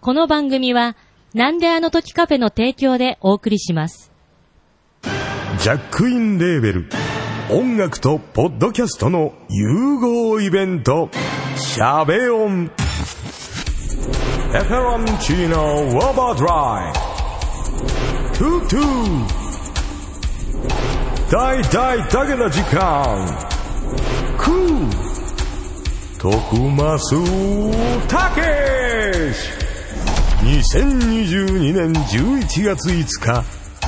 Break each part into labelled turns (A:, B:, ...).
A: この番組は、なんであの時カフェの提供でお送りします。
B: ジャックインレーベル音楽とポッドキャストの融合イベント「シャベオン」「エフェロンチーノウォーバードライ」「トゥトゥ」「大大だけな時間」「クー」「徳マスたけし」2022年11月5日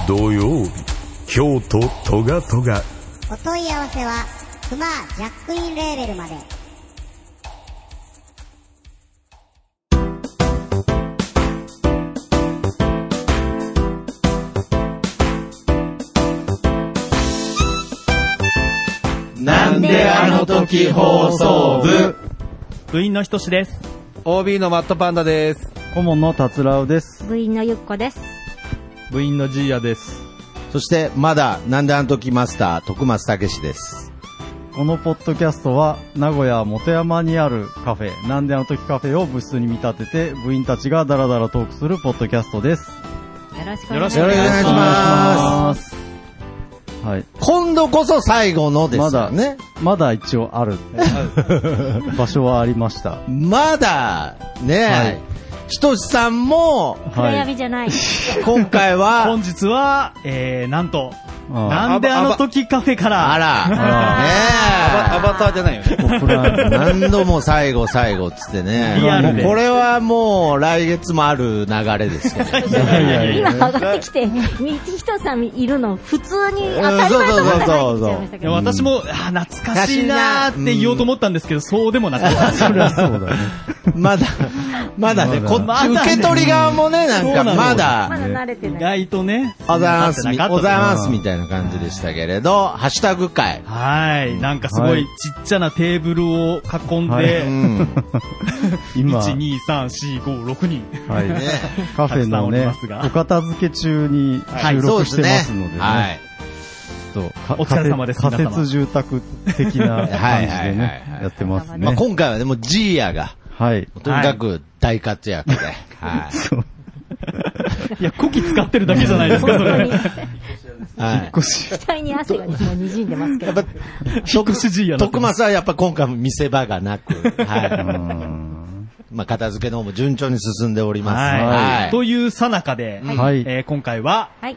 B: 土曜日京都トガトガ
C: お問い合わせは、クマージャックインレーベルまで。
D: なんであの時放送部
E: 部員のひとしです。
D: OB のマットパンダです
F: 顧問の達郎です。
G: 部員のゆっこです。
E: 部員のジーヤです。
H: そして、まだ、なんであの時マスター、徳松武史です。
F: このポッドキャストは、名古屋元山にあるカフェ、なんであの時カフェを部室に見立てて、部員たちがダラダラトークするポッドキャストです。。
G: よろしく
E: よろしく
H: よろしくお願いします
F: はい。
H: す。今度こそ最後のですよね。
F: まだ一応ある。場所はありました。
H: まだ、ね、
F: はい
H: ひとしさんも、
G: 暗
F: は
G: 闇
F: い。
G: じゃない。
H: 今回は
E: 本、日は、えー、なんと、
F: あ
E: なんであの時カフェか
H: あ
E: ら、
D: ア
H: ら、ね
D: バターじゃないよね
F: ポプラ
H: え。何度も最後最後っつってね。
E: リアルで
H: もうこれはもう来月もある流れですけど。
F: いやいやい
G: 今
F: や
G: 上がってきて、道人さんいるの、普通に当たり前のこと入っちゃいました
E: い
G: け
E: や
G: ど。
E: 私も、あー懐かしいなーって言おうと思ったんですけど、そうでもなかった。
F: そりゃそうだね。
H: まだ、まだね、こ
E: ま
H: っ
E: だ
H: ち
E: ね
H: 受け取り側もね、なん
E: そうな
H: か
E: の
H: まだ
G: ま、だ慣れて
E: 意
G: ない。
E: 外とね、
H: おざいますみ、
E: なかった
H: お
E: と
H: ざいますみたいな感じでしたけれど、ハッシュタグ会。
E: はい、なんかすご
F: はいい
E: ちっちゃなテーブルを囲ん
F: は
H: う
E: で、
H: ん。
F: 今、
E: 1、2、3、4、5、6人。
F: はい
H: ね。
F: カフェのね
E: たくさんおりますが、
F: お片付け中に収録してますのでね。
H: はい。
F: そうか
E: お疲れ様です
F: 仮設
E: 皆様
F: 仮設住宅的な
H: はい
F: 感じで
H: はいはい
F: ね
H: はい、
F: やってます
H: まあ、
F: ね。
H: 今回はでもジーヤが、
F: はい。
H: とにかく大活躍 で。はい。
F: そう。
E: いや、コキ使ってるだけじゃないですか、それ。
H: はい。
G: 額に汗がもう滲んでますけ
H: や
G: ど
H: っ。ぱ、徳
E: 主治医やな
H: 徳松はやっぱ今回も見せ場がなく、
F: う
H: はい。
F: ん
H: まあ、片付けの方も順調に進んでおります。
E: はい。
H: は
E: というさなかで、
F: はい
E: えー今回は、
G: はい。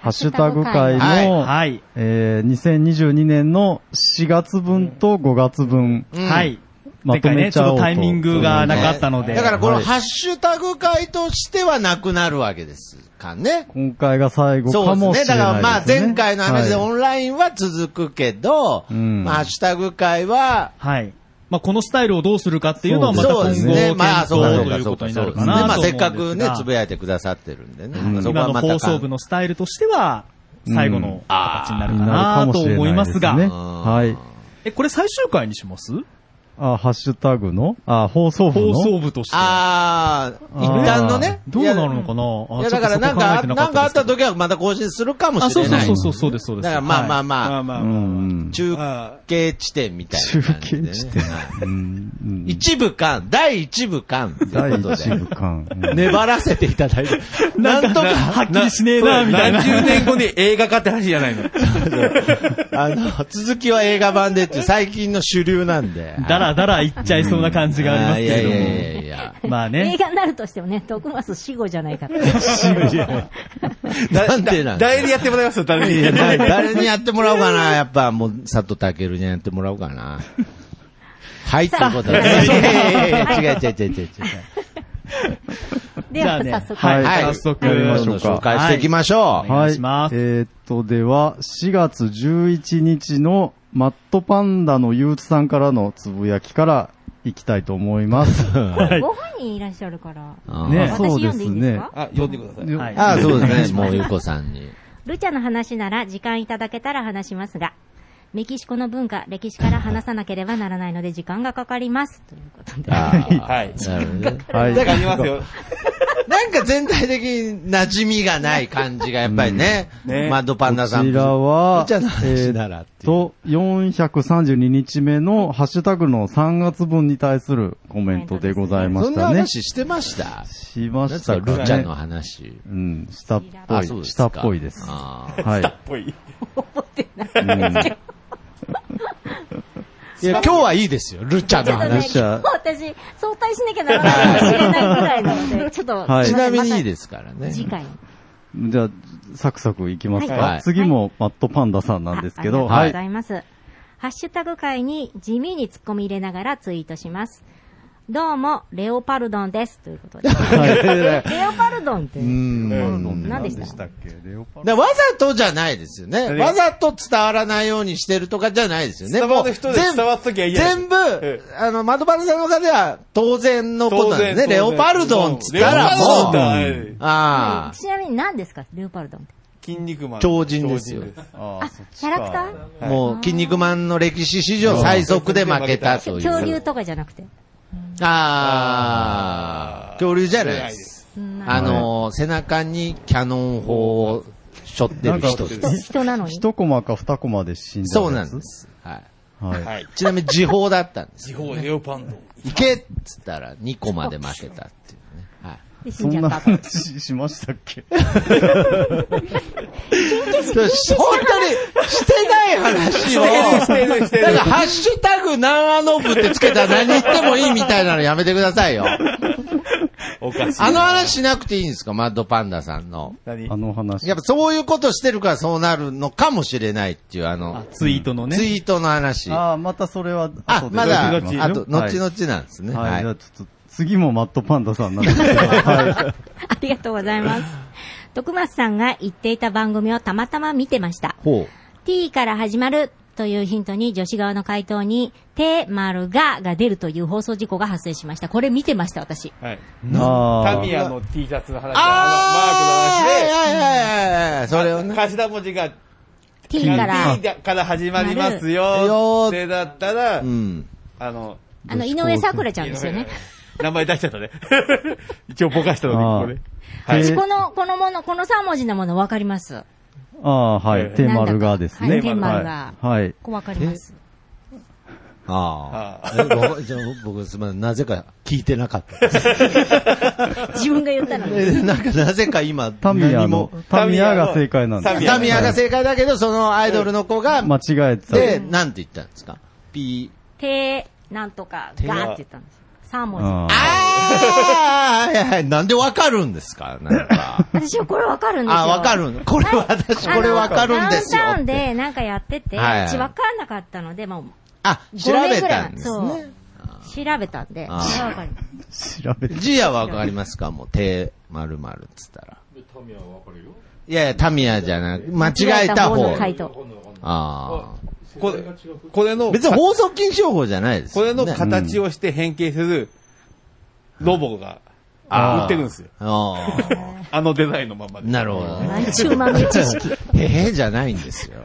F: ハッシュタグ会の、
E: はい、
F: えー2022年の4月分と5月分、
H: い。うん
E: はい。
F: ま
E: 前
F: と
E: 回
F: め
E: ね、
F: ち
E: ちょ
F: ゃ
E: っ
F: お
E: と
F: うと。
E: タイミングがなかったので。
H: だからこの
F: はい
H: ハッシュタグ会としてはなくなるわけですかね。
F: 今回が最後
H: そ
F: か
H: うで
F: も
H: す
F: し
H: ね。
F: れ
H: だからま
F: な
H: あ
F: いですね。
H: 前回の話でオ
F: はい
H: ンラインは続くけど、
F: うん
H: まあハッシュタグ会は、
E: はい。まあ、このスタイルをどうするかっていうのはまた今
H: そ
E: 後
H: うです
E: 検討
H: ね。まあそうかそう
E: と
H: か
E: いう
H: そ
E: こ
H: う
E: と
H: か
E: に
H: そ
E: な
H: うで
E: るか
H: すね。
E: なと思う
H: ま
E: んで
H: あ
E: すが。
H: せっかくね、つぶやいてくださってるんでね。
F: ん
H: そこ
E: 今
H: は
E: の
H: また
E: 放送部のスタイルとしては、最後の形になるか
F: なるか
E: な
F: も
E: と
F: しれ
E: 思い
F: な
E: ま
F: いですす
E: が、
F: ね。
H: うん
F: はい。
E: え、これ最終回にします
F: あ、ハッシュタグのあ、放送部の
E: 放送部として。
H: ああ、一旦のね。
E: どうなるの
H: い
E: か
H: や
E: な
H: いやだからなんか、なんかあった時はまた更新するかも
E: あ、
H: し
E: そう
H: れ
E: そ
H: な
E: う
H: い。
E: そうそう、そうです、そうです。
H: だからまあまあまあ
E: まあ
F: う
E: まあ
F: ん。
H: 中
E: あ
H: 継地点みたいな感じでね。
F: 中継地点うんうん
H: 一部間、第一部間とい
F: 第
H: うこと
F: 一
H: で
F: 部。間。うん
H: 粘らせていただいて。なんとか、
E: はっきりしねえな、みたいな。
D: 何十年後に映画化って話じゃないの
H: あの、続きは映画版でっていう最近の主流なんで。
E: だらだら言っちゃいそうな感じがありますけれども。
H: いやいやいやいや。
E: まあ
G: 映
E: ね。
G: 画になるとしてもね、徳松死後じゃないから。
H: なんでなん
D: 誰にやってもらいますよ、誰に。
H: 誰誰にやってもらおうかな。やっぱもう、佐藤健にやってもらおうかな。はい、ということで。いやいやいやいや違う違う違う違う違う。
G: では、早速。
E: はい、
H: はい
E: 早速、
F: やりましょう
H: どんどん紹介していきましょう。
E: お願いします
F: はい、えーっと、では、4月11日のマットパンダの憂鬱さんからのつぶやきからいきたいと思います。
E: はい
G: ご本人いらっしゃるから。
H: うん
F: ね、
G: 私
F: そ
G: 読
F: うで
G: んですいいんです
F: ね
G: か。
D: あ、呼んでください。
E: はい
H: ああ、そうですね。もう、ゆうこさんに。
G: ルチャの話なら時間いただけたら話しますが、メキシコの文化、歴史から話さなければならないので時間がかかります。ということで。
H: ああ。
D: はい。
H: なるほどね。
F: はい。
D: じゃあ、見ますよ。
H: なんか全体的に馴染みがない感じがやっぱりね、
E: うんね
H: マッドパンダさん
F: こちらは
H: じゃな話ならっていう。
F: と、432日目のハッシュタグの3月分に対するコメントでございま
H: そ
F: し
H: んな
F: たね。
H: 話してました
F: しま
H: なん
F: し
H: すか、
F: た
H: ル
F: か
H: ーちゃんの
F: ね。
H: 話。
F: うん、下っぽ
H: あそう
F: い。
H: です
F: 下
H: か
F: っぽいです。
H: あー
F: はい。
E: ぽい。
H: いや、今日はいいですよ、ルーちゃんの
F: ルー
H: 話。
F: ちゃ
G: も
F: ん
G: う私、早退しなきゃならないかもしれないぐらいなので、ちょっと、
F: はい
H: ちなみにいい
G: で
H: ですからね。
G: 次回。
F: じゃあ、サクサクいきますか。
H: はい
F: 次もマットパンダさんなんですけ
G: あ
F: ど、
G: あ
F: は
G: り
F: い
G: が。とうございます。ハッシュタグ会に地味に突っ込み入れながらツイートします。どうも、レオパルドンです。ということ で。レオパルドンって。
H: うん。だか
G: 何で
F: でし
G: した
F: たっけレオパル
H: らわざとじゃないですよね。
E: ね
H: わざと伝わらないようにしてるとかじゃないですよね。
E: 伝わる人で
H: もう全部
E: 伝わっときゃ嫌です
H: 全部
E: え、
H: あの、窓バルさんの中では当然のことなんですね。レオパルドンっつったら
E: レオパルドン
H: も
E: っ
H: う、
E: て
H: あ
E: はい
H: あ
G: ちなみに何ですかレオパルドンって。
E: 筋肉マン。
H: 超人ですよ
E: 超人です
F: あ
G: あ、キャラクタ
H: ー、もう、筋肉マンの歴史史上最速で負けた
G: ー
H: という。
G: 恐竜とかじゃなくて。
H: ああ、恐竜じゃないです。
G: うんなんか
H: あのー、背中にキャノン砲を背負ってる人です。
G: 人人なのに。
F: 一コマか二コマで死んだやつ
H: そうなんで。す。はい。
F: はい。
H: ちなみに時報だったんです。
E: 地方レオパルドン。
H: 行けっつったら2個まで負けたっていうね。はい。
G: で死
F: そ
G: んじ
F: ん
G: ゃ
F: な
G: った。そう
F: 話しましたっけ
H: 本当にしてない話を、なんかハッシュタグなんあのぶってつけたら何言ってもいいみたいなのやめてくださいよ。
E: おかしい。
H: あの話しなくていいんですかマッドパンダさんの。
E: 何
F: あの話
H: やっ。ぱそういうことしてるからそうなるのかもしれないっていうあの、
E: ツイートの
H: ツイートの話。あ、
F: ああ、またそれは後で。
H: まだ、あ
E: 後
H: と、
E: 々
H: 後
E: ね
H: 々
F: はい
H: なんですね。
F: はい。
H: はい
F: じゃあ。ちょっと、次もマットパンダさんなんですけ ど、は い。
G: ありがとうございます。徳松さんが言っていた番組をたまたま見てました。
H: ほ
G: t から始まるというヒントに女子側の回答に、て、まるがが出るという放送事故が発生しました。これ見てました、私。
E: はい。タ
F: あ
E: ミヤの T シャツの話、
H: あ
E: あ
H: ー
E: の、マ
H: はい
E: ークの話で、
H: はいはいはい。それをね。
E: 頭文字が
G: t から、
E: T から始まります
H: なる
E: よ
H: よー
E: ってだったら、
H: うん。
E: あの、
G: あの、井上咲楽ちゃんですよね。
E: 名前出しちゃったね。 一応ぼかしたので、こ
F: あ、
G: 私
F: で
G: この、このもの、この3文字のもの分かります。
F: ああ、はい。テーマルガです
G: な
F: ね。
G: んだかはいテーマルガ
F: はいはい。
G: こう分かります。
H: あ
E: あ
H: あ。えごじゃあ僕、すみません。なぜか聞いてなかった です。
G: 自分が言ったのに。
H: えなんか、なぜか今、
F: タミヤ
H: 何
F: の
H: も。、
F: タミヤが正解なんで
E: タ
F: す。
H: タミヤが正解だけど、そのアイドルの子が、
F: 間違えてた。
H: で、なんて言ったんですかピー。
G: て、なんとか、がーって言ったんです。3文
F: あ
H: ああはいはい。なんでわかるんですかなんか。
G: 字。私はこれ分かるんですよ。
H: あ、わかるんこれは私、これわかるんですよ。
G: ダウンタウンでなんかやってて、
H: はいはいう
G: ち分かんなかったので、もう
H: あ、調
G: 5
H: べ
G: 年ぐら
H: た
G: い
H: ん
G: 前
H: ですね。
G: そう。調べたんで、これ
H: あー
G: は分かります。
F: ー調べて。
H: ジアはわかりますかもう、て、まるまるっつったら。いやいや、タミヤじゃなく、間違えた
G: の
H: 方。
G: 回答。
H: ああ。
E: これ、これの、
H: 別に放送禁止用法じゃないです
E: こ
H: よ
E: れ
H: ね。
E: の形をして変形するロボが
H: あー
E: 売ってるんですよ。
H: あ
E: あのデザインのまま
H: あ。
E: で。
H: なるほどね。
G: 何中豆知識。
H: へへじゃないんですよ。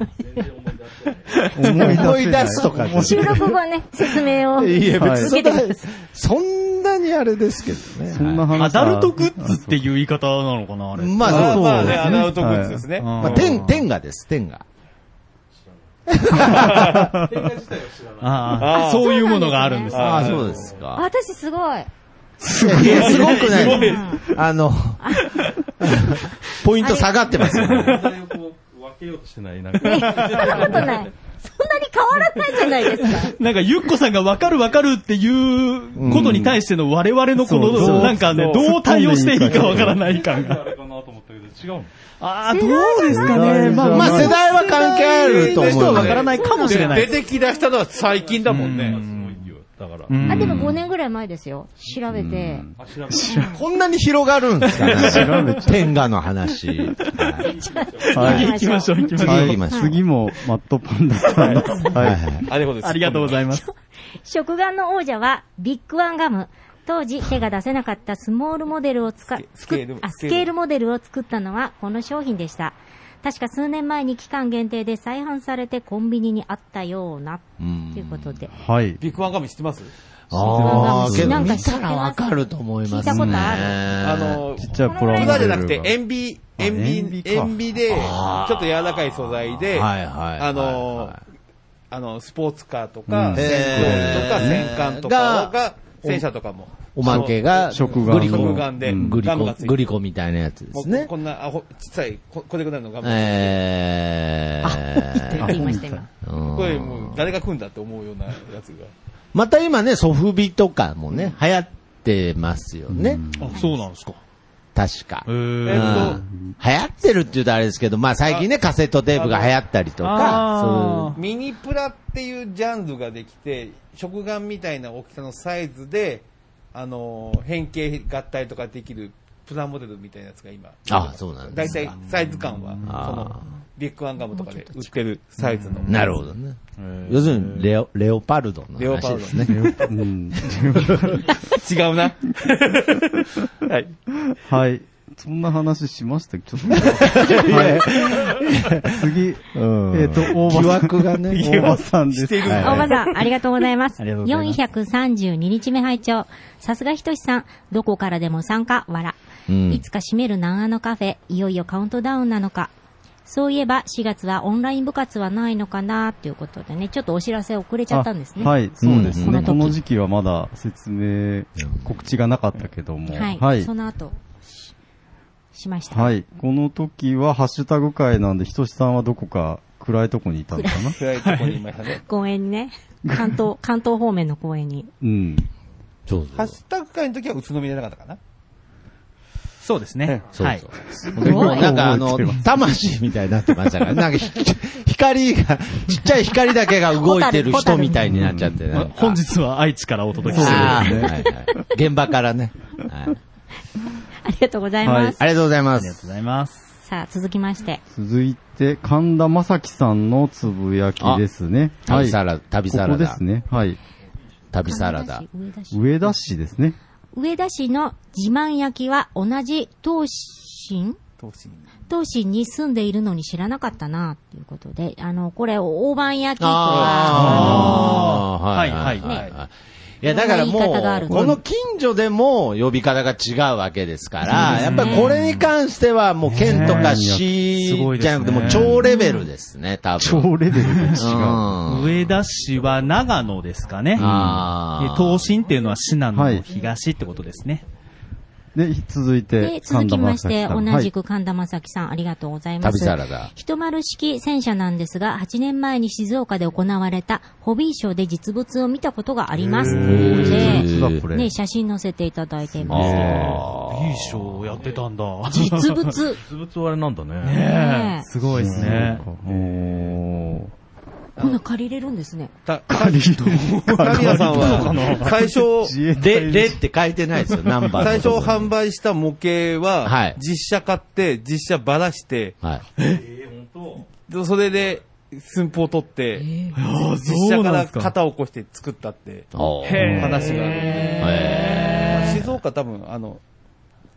F: 思い出せない
H: 思い出すとかね。
G: 収録後ね、説明を。
H: いや、
F: は
H: 別
F: い
H: にそんな、そんなにあれですけどね。
F: そんな話は。
E: アダルトグ
F: ッズ
E: っていう言い方なのかな、あ
H: はいまあ、
E: まあ
H: そう
E: まあ
F: そうです
E: ね、
F: ね
E: アナウトグッズですね。
F: はい
H: まあ、天、天下です、天下。
E: あー
G: そういうものがあるんです
E: ね
H: ああ、そうですか。
G: 私すごい。
H: いやいや、すごくな
E: すごい
H: い
E: です。
H: あの、ポイント下がってますよね。
G: そんなことない。そんなに変わらないじゃないですか。
I: なんか、ゆっこさんがわかるわかるっていうことに対しての我々のこ
F: うん
I: の、
F: そう
I: なんかね、
F: そう
I: どう対応していいかわからない感が。ああ、どうですかね。まあ、
H: まあ、世代は関係あると思う。
I: 人はわからないかもしれない
E: で出てき出したのは最近だもんね。
G: あ、でも5年ぐらい前ですよ。調べて。
H: こんなに広がるんですかね。天下の話。はい
F: はい。
I: 行きましょう、行きましょ
H: は
I: う。
H: い行きましょう
F: 次もマットパンダさんです。はい。
E: あれほど。
I: ありがとうご
E: い
I: ざいます。
G: 食玩の王者は、ビッグワンガム。当時手が出せなかったスモールモデルを使
E: スケスケール
G: 作っあスケールモデルを作ったのはこの商品でした。確か数年前に期間限定で再販されてコンビニにあったような、ということで。
F: はい。
J: ビッグワンガム知ってます
H: ああ、けど
G: なんか
H: 見たらわかると思いま
G: 聞い
H: すね。
G: たことある
J: あの、
F: ちっちゃいプラモデル
J: プ
F: が
J: ラじゃなくて、塩ビ、
F: あ
J: 塩
F: 塩
J: ビ
F: ビ、か
J: 塩ビで、ちょ
H: あー
J: っと柔らかい素材で、
H: はいはいはいはい
J: あの、あの、スポーツカーとか、
F: うん
J: 戦闘機とか、
H: へー
J: 戦艦とかが、戦車とかも。
H: おまけが、
F: 食
H: グ
F: 玩
H: リ
J: そ
H: コ
J: の、
F: の
J: 食玩で、
F: うん
H: グリ
J: ガムが
H: コ
J: ついて、る
H: グリコみたいなやつで
J: もう
H: すね。
J: こんな、あほ、ちっちゃい、ここれぐらいのガム。
H: え
G: って
H: ー
G: 言いました、今。
H: うん
J: これもう、誰が組んだって思うようなやつが。
H: また今ね、ソフビとかもね、流行ってますよね。
I: あ、そうなんですか。
H: 確か。
I: え
H: うん
J: えっと
H: 流行ってるって言うとあれですけど、まあ最近ね、カセットテープが流行ったりとか、そう
I: あ
J: ミニプラっていうジャンルができて、食玩みたいな大きさのサイズで、あの、変形合体とかできるプラモデルみたいなやつが今。
H: あそうなんで
J: 大
H: すか
J: 体サイズ感は、
H: あー
J: その、ビッグワンガムとかで売ってるサイズの。
H: いうなるほどね。要するにレオ、レオパルドの
J: レオパ
H: 話
J: ル
H: で
J: ド
H: すね。
F: うん
J: 違うな。 はい。
F: はい。そんな話しましたっけちょっと。はい。次、
H: ん
F: えっ、と、大場さん。
H: 疑惑がね
F: 大場さんです。
J: してる
F: はい
G: 大場さん、ありがとうございます。
F: ありがとうございます
G: 432日目拝聴さすがひとしさん、どこからでも参加、わら。
H: うん
G: いつか閉める南アのカフェ、いよいよカウントダウンなのか。そういえば、4月はオンライン部活はないのかな、ということでね、ちょっとお知らせ遅れちゃったんですね。
F: あはい、そうです
H: うん
F: ね。
G: うん
F: この時期はまだ説明、告知がなかったけども。
G: はい。
F: はい
G: そ。の後、ししました。
F: はいこの時はハッシュタグ会なんで、ひとしさんはどこか暗いとこにいたのかな
J: 暗いとこにいましたね。
G: 公園にね、関 東、関東方面の公園に。
F: うん。
H: そう
J: ハ
H: そ
J: ッ
H: う。
J: シュタグ会の時は宇都宮じゃなかったかな。
E: そうですね。
H: そう
E: はい
H: そう。。なんかあの、魂みたいになってましたから、なんかひ光が、ちっちゃい光だけが動いてる人みたいになっちゃってね。
E: まあ本日は愛知からお届けしてる。
H: あーはいはい現場からね。はい
G: ありがとうございます。
H: ありがとうございま
E: ありがとう
H: す。
E: ございます。
G: さあ、続きまして。
F: 続いて、神田正輝さんのつぶやきですね。は
H: 旅
F: い。
H: サ
F: こ
H: ラダ、旅サ
F: こ
H: ラ
F: で
H: ダ
F: す。ね。はい。
H: 旅サラダ。
G: 上田市。
F: 上田市ですね。
G: 上田市の自慢焼きは同じ東進東進に住んでいるのに知らなかったな、ということで、あの、これ、大判焼きとは、
H: ああ、はいはい
E: はい
H: はいはい。いや、だからも
G: いろんな言い方がある
H: う、この近所でも呼び方が違うわけですから、やっぱりこれに関してはもう県とか
E: ねえすご
H: 市
E: いで
H: じ
E: すね
H: ゃなくてもう超レベルですね、多分。
F: 超レベルで違 う。
H: うん
E: 上田市は長野ですかね。で
H: あ
E: 東進っていうのは市南の東ってことですね。
F: で、続い
G: で
F: て、、
G: 続
F: 神田
G: きまし
F: 正
G: て、
F: 輝さ
G: 同
F: ん。
G: じく神田正輝さん、ありがとうございます。
H: 旅サラダ
G: 一丸式戦車なんですが、8年前に静岡で行われたホビーショーで実物を見たことがあります。
F: 実
G: で、
F: はこれ。
G: ね、写真載せていただいていますけど。
E: いいショーをやってたんだ。
G: 実 物。
I: 実物はあれなんだね。
G: ねえ
E: すごいですね。
F: お
G: こんな借りれるんですね。
J: た、た、タミヤさんは、最初、
H: あ。で、でって書いてないですよ、ナンバー。
J: 最初販。売した模型
H: は、
J: はい実写買って、実写ばらして、
H: はい。
J: でそれで、寸法取って、実
E: そ
J: 写
E: うな
J: か
E: ん
J: ら
E: ですか
J: 型を起こして作ったって
H: おー
J: 話がある。
H: へ
J: 静岡多分、あの、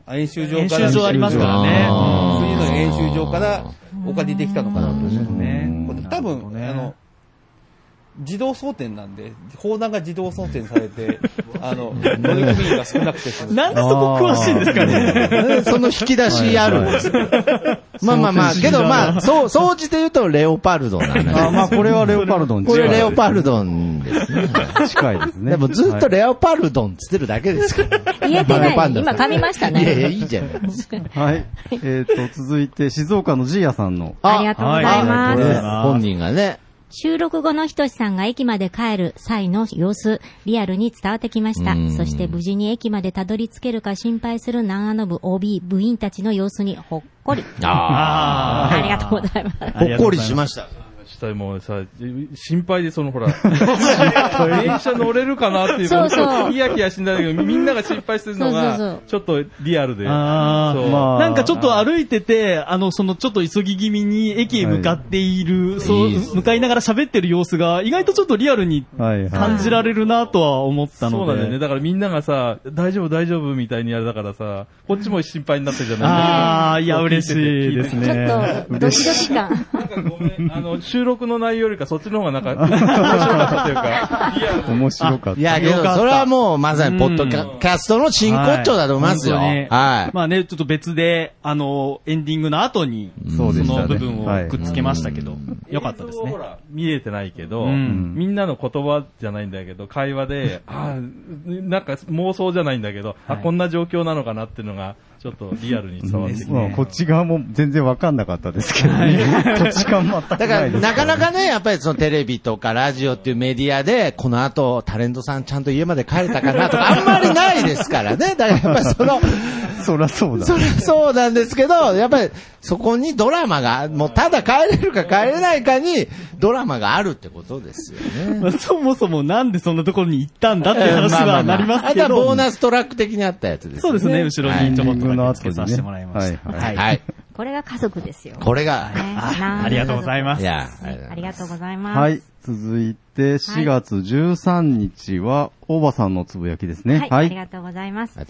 J: 演習場
E: 練
J: から、
E: 習場ありますからね。
H: あ
J: 次の演習場からお借りできたのかなと
E: ね
J: 多分、あの、自動装填なんで、砲弾が自動装填され て、あの、乗り込みが少なくて済む。
E: なんでそこ詳しいんですかね。
H: ー その引き出しあるんですよ。まあまあまあ、けどまあ、そう、総じて言うとレオパルドの話
F: あ、まあ、これはレオパルドン。
H: これレオ
F: ル
H: パルドンですね。
F: ドン。近いですね。
H: でもずっとレオパルドンっつってるだけですから。
G: 言えて
H: バ
G: ない。
H: カパンダ
G: 今噛みましたね。
H: いやいや、いいじゃないですか。
F: はい。えっと、続いて、静岡のジーヤさんの。
G: ありがとうござい
H: あ
G: ます。
H: これ本人がね。
G: 収録後のひとしさんが駅まで帰る際の様子、リアルに伝わってきました
H: うん。
G: そして無事に駅までたどり着けるか心配する南アノ部 OB 部員たちの様子にほっこり。
H: あ
G: ありがとうございます。
H: あ。ほっこりしました。
I: したいもんさ、心配でそのほ ら、電車乗れるかなっていう、
G: そうそう
I: ヒヤヒヤしないけど、みんなが心配してるの
G: そうそうそ
I: が
G: う、
I: ちょっとリアルで。
E: あ
I: そう
E: ーまあなんかちょっと歩いてて、あの、そのちょっと急ぎ気味に駅へ向かっている、そう、向かいながら喋ってる様子が、意外とちょっとリアルに
F: はいはい。
E: 感じられるなとは思った
I: そ
E: の
I: うなん
E: で。
I: だよね。だからみんながさ、大丈夫大丈夫みたいにやるだからさ、こっちも心配になってるじゃない
E: ああ、いや、嬉しいです
G: ち
E: ね。
G: ょっと、ドキドキ感。
I: なんかごめん、あ の、収録の内容よりかそっちの方がなんか、面白かったというか、リアル
F: 面白かった。
H: いや、けど、それはもう、まさに、ポッドキ
E: う
H: ャキャストの真骨頂だと思いますよ。
E: 本当に
H: はい。
E: まあね、ちょっと別で、あの、エンディングの後に、
F: そうでしたね
E: の部分
F: は
E: を
F: い
E: くっつけましたけど、よかったです
I: 映
E: ね
I: 像はほ。ら見えてないけど、
E: うん
I: みんなの言葉じゃないんだけど、会話で、ああ、なんか妄想じゃないんだけど、あ、こんな状況なのかなっていうのが、ちょっとリアルに伝わってきて。
F: まあこっち側も全然わかんなかったですけどね。 こっち側全く
H: だ
F: な
H: から、
F: いです。
H: なかなかね、やっぱりそのテレビとかラジオっていうメディアで、この後、タレントさんちゃんと家まで帰れたかなとか、あんまりないですからね。だから、やっぱりその、
F: そらそうだ
H: そ。りゃそうなんですけど、やっぱりそこにドラマが、もうただ帰れるか帰れないかに、ドラマがあるってことですよね。
E: まあそもそもなんでそんなところに行ったんだっていう話
H: まあまあま
E: はな
H: あ
E: ります
H: あ
E: け
H: と
E: ど。
H: はボーナストラック的にあったやつですね。
E: そうですね、後ろにちょこっとだけつけさせてもらいま
F: は
E: し
F: い
E: た。
F: はい。
H: はい。はい。
G: これが家族ですよ。
H: これが、
G: あ
E: ありがとうございます
H: いや、
G: ありがとうございます。
F: はい。続いて、4月13日は、大場さんのつぶやきですね。
G: はい、
F: は
G: あり
F: い。
G: がとうございます
H: はい。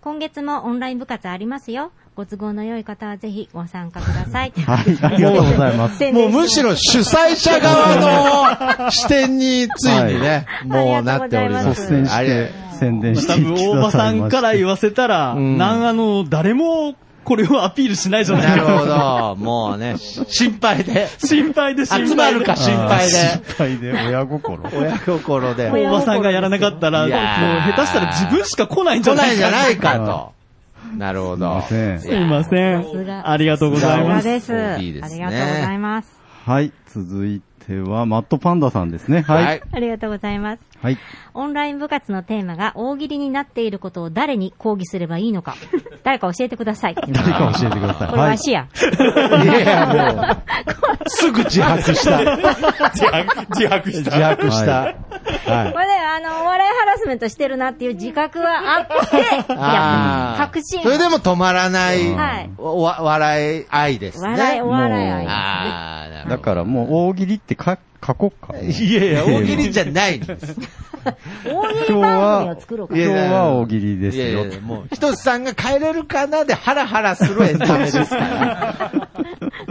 G: 今月もオンライン部活ありますよ。ご都合の良い方はぜひご参加ください。
F: はい。ありがとうございます。
G: 宣
H: もう
G: 伝して
H: むしろ主催者側の視点についにね、も
G: あ
H: う
G: りが
H: な
G: とうござ
H: って
G: い
H: おり
G: ま
H: ますす。
F: 率先
H: あ
F: し
H: れ
F: て、宣伝して
E: 多
F: い
E: 分、
F: き
E: 大
F: くだ
E: 場
F: さ
E: さ
F: いま
E: ん
F: して
E: から言わせたら、
H: ん
E: なんあの、誰も、これをアピールしないじゃない
H: な
E: か
H: るほど。もうね、心配で、
E: 心配で心配で
H: 集まるか心配で、
F: 失敗で親心。
H: 親心で、
E: 大場さんがやらなかったら、
H: い
E: もう
H: やー
E: 下手したら自分しか来ないんじ
H: 来
E: ゃな
H: ないいじ
E: か
H: ゃないかと。なるほど。
F: すいませ
E: すいませ
G: さす
E: ん。
G: が
E: ありがとうござい
G: さ
E: ますす。
G: がです。
H: いいですね
G: ありがとうございます。
F: はい。続いては、マットパンダさんですね。
H: は
F: はい
H: い。。
G: ありがとうございます。
F: はい。
G: オンライン部活のテーマが大喜利になっていることを誰に抗議すればいいの か。誰か教えてください。
F: 誰か教えてください。
G: これわしや。
H: いや、もう、すぐ自白した。
I: 自白し
H: 自白した。
G: これで、あの、お笑いハラスメントしてるなっていう自覚はあって、いや
H: あー
G: 確信。
H: それでも止まらない、
G: はい
H: おわ笑い愛です ね。
G: 笑い、お笑い愛ですね。
H: ああ、なるほど
F: だからもう大喜利ってか書こうか。
H: いやいや、大喜利じゃないんです。
G: 大喜利
F: 今
G: 番
F: 日
G: 組を
F: は、
G: 作ろうか
F: 今。日は大喜利です
H: いや
F: よ
H: い。や、もう、ひとつさんが帰れるかなでハラハラするエンタメですから。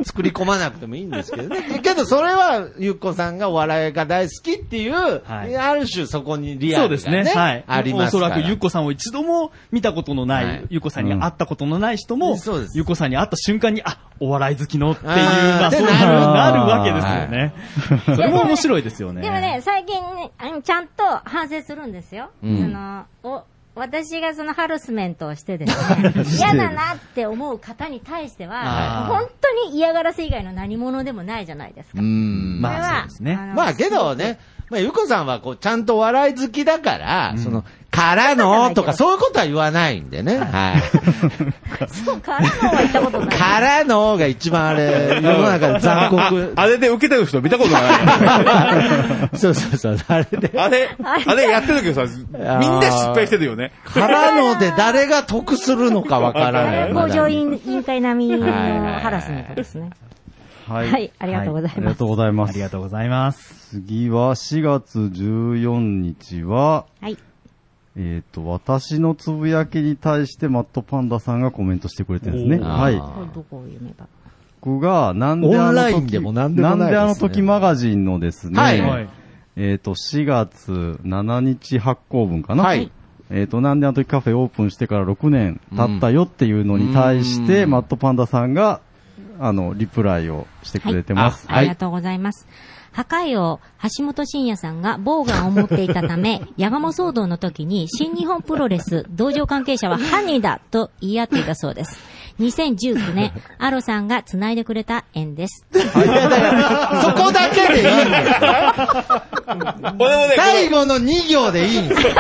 H: 作り込まなくてもいいんですけどね。けど、それは、ゆっこさんがお笑いが大好きっていう、
E: はい
H: ある種そこにリア
E: そう
H: ル
E: で
H: が
E: す
H: ね、
E: ね。はい。
H: あります
E: お
H: から。
E: そらく、ゆっこさんを一度も見たことのない、
H: はい
E: ゆっこさんに会ったことのない人も、
H: うんそうです
E: ゆっこさんに会った瞬間に、あ、お笑い好きのっていう、
H: あー
E: まあ、
H: で
E: そういうふうに
H: なる
E: なるわけですよね。それも面白いですよね。
G: でもね、最近、あのちゃんと反省するんですよ。その、お、私がそのハラスメントをしてですね、嫌だなって思う方に対しては、
E: あー
G: 本当に嫌がらせ以外の何者でもないじゃないですか。
H: うん。
G: これ
E: まあ、
G: は
E: そうですね。
G: の
H: まあけどね、まあ、ゆこさんはこう、ちゃんと笑い好きだから、その、からのとか、そういうことは言わないんでね。はい。
G: そうか、あのは言ったこと ない。
H: からのが一番あれ、世の中で残酷。
K: あれで受けてる人見たことない。
H: そうそうそう、あれで。
K: あれ、あれやってるけどさ、みんな失敗してるよね。
H: からので誰が得するのかわから
G: あ
H: な
G: れ
H: い。
G: は工場委
H: まだ
G: 員委員会並みの
H: はいはいはい
G: ハラスメントですね。
F: は
G: はいありがとうございます
F: ありがとうございま
E: あり
F: す
E: が。とうございます。
F: 次は4月14日は、
G: はい。
F: えっと、私のつぶやきに対してマットパンダさんがコメントしてくれてるんですね。
H: あー
F: はい。
G: これどこを読めば。
F: 僕が、なんであ
H: オン
F: の
H: ライン
F: 時、
H: でもなんでもないですね
F: んであの時マガジンのですね、
H: はい
E: はい。
F: えっ、と、4月7日発行分かな。
H: はい
F: えっ、と、なんであの時カフェオープンしてから6年経ったよっていうのに対して、
H: うん
F: マットパンダさんが、あの、リプライをしてくれてます。
G: ありがとうございます。破壊王、橋本真也さんがボーガンを持っていたため、山本騒動の時に新日本プロレス、道場関係者は犯人だと言い合っていたそうです。2019年、アロさんが繋いでくれた縁です。
H: そこだけでいいんですよ
K: 俺もね、
H: 最後の2行でいいんですよ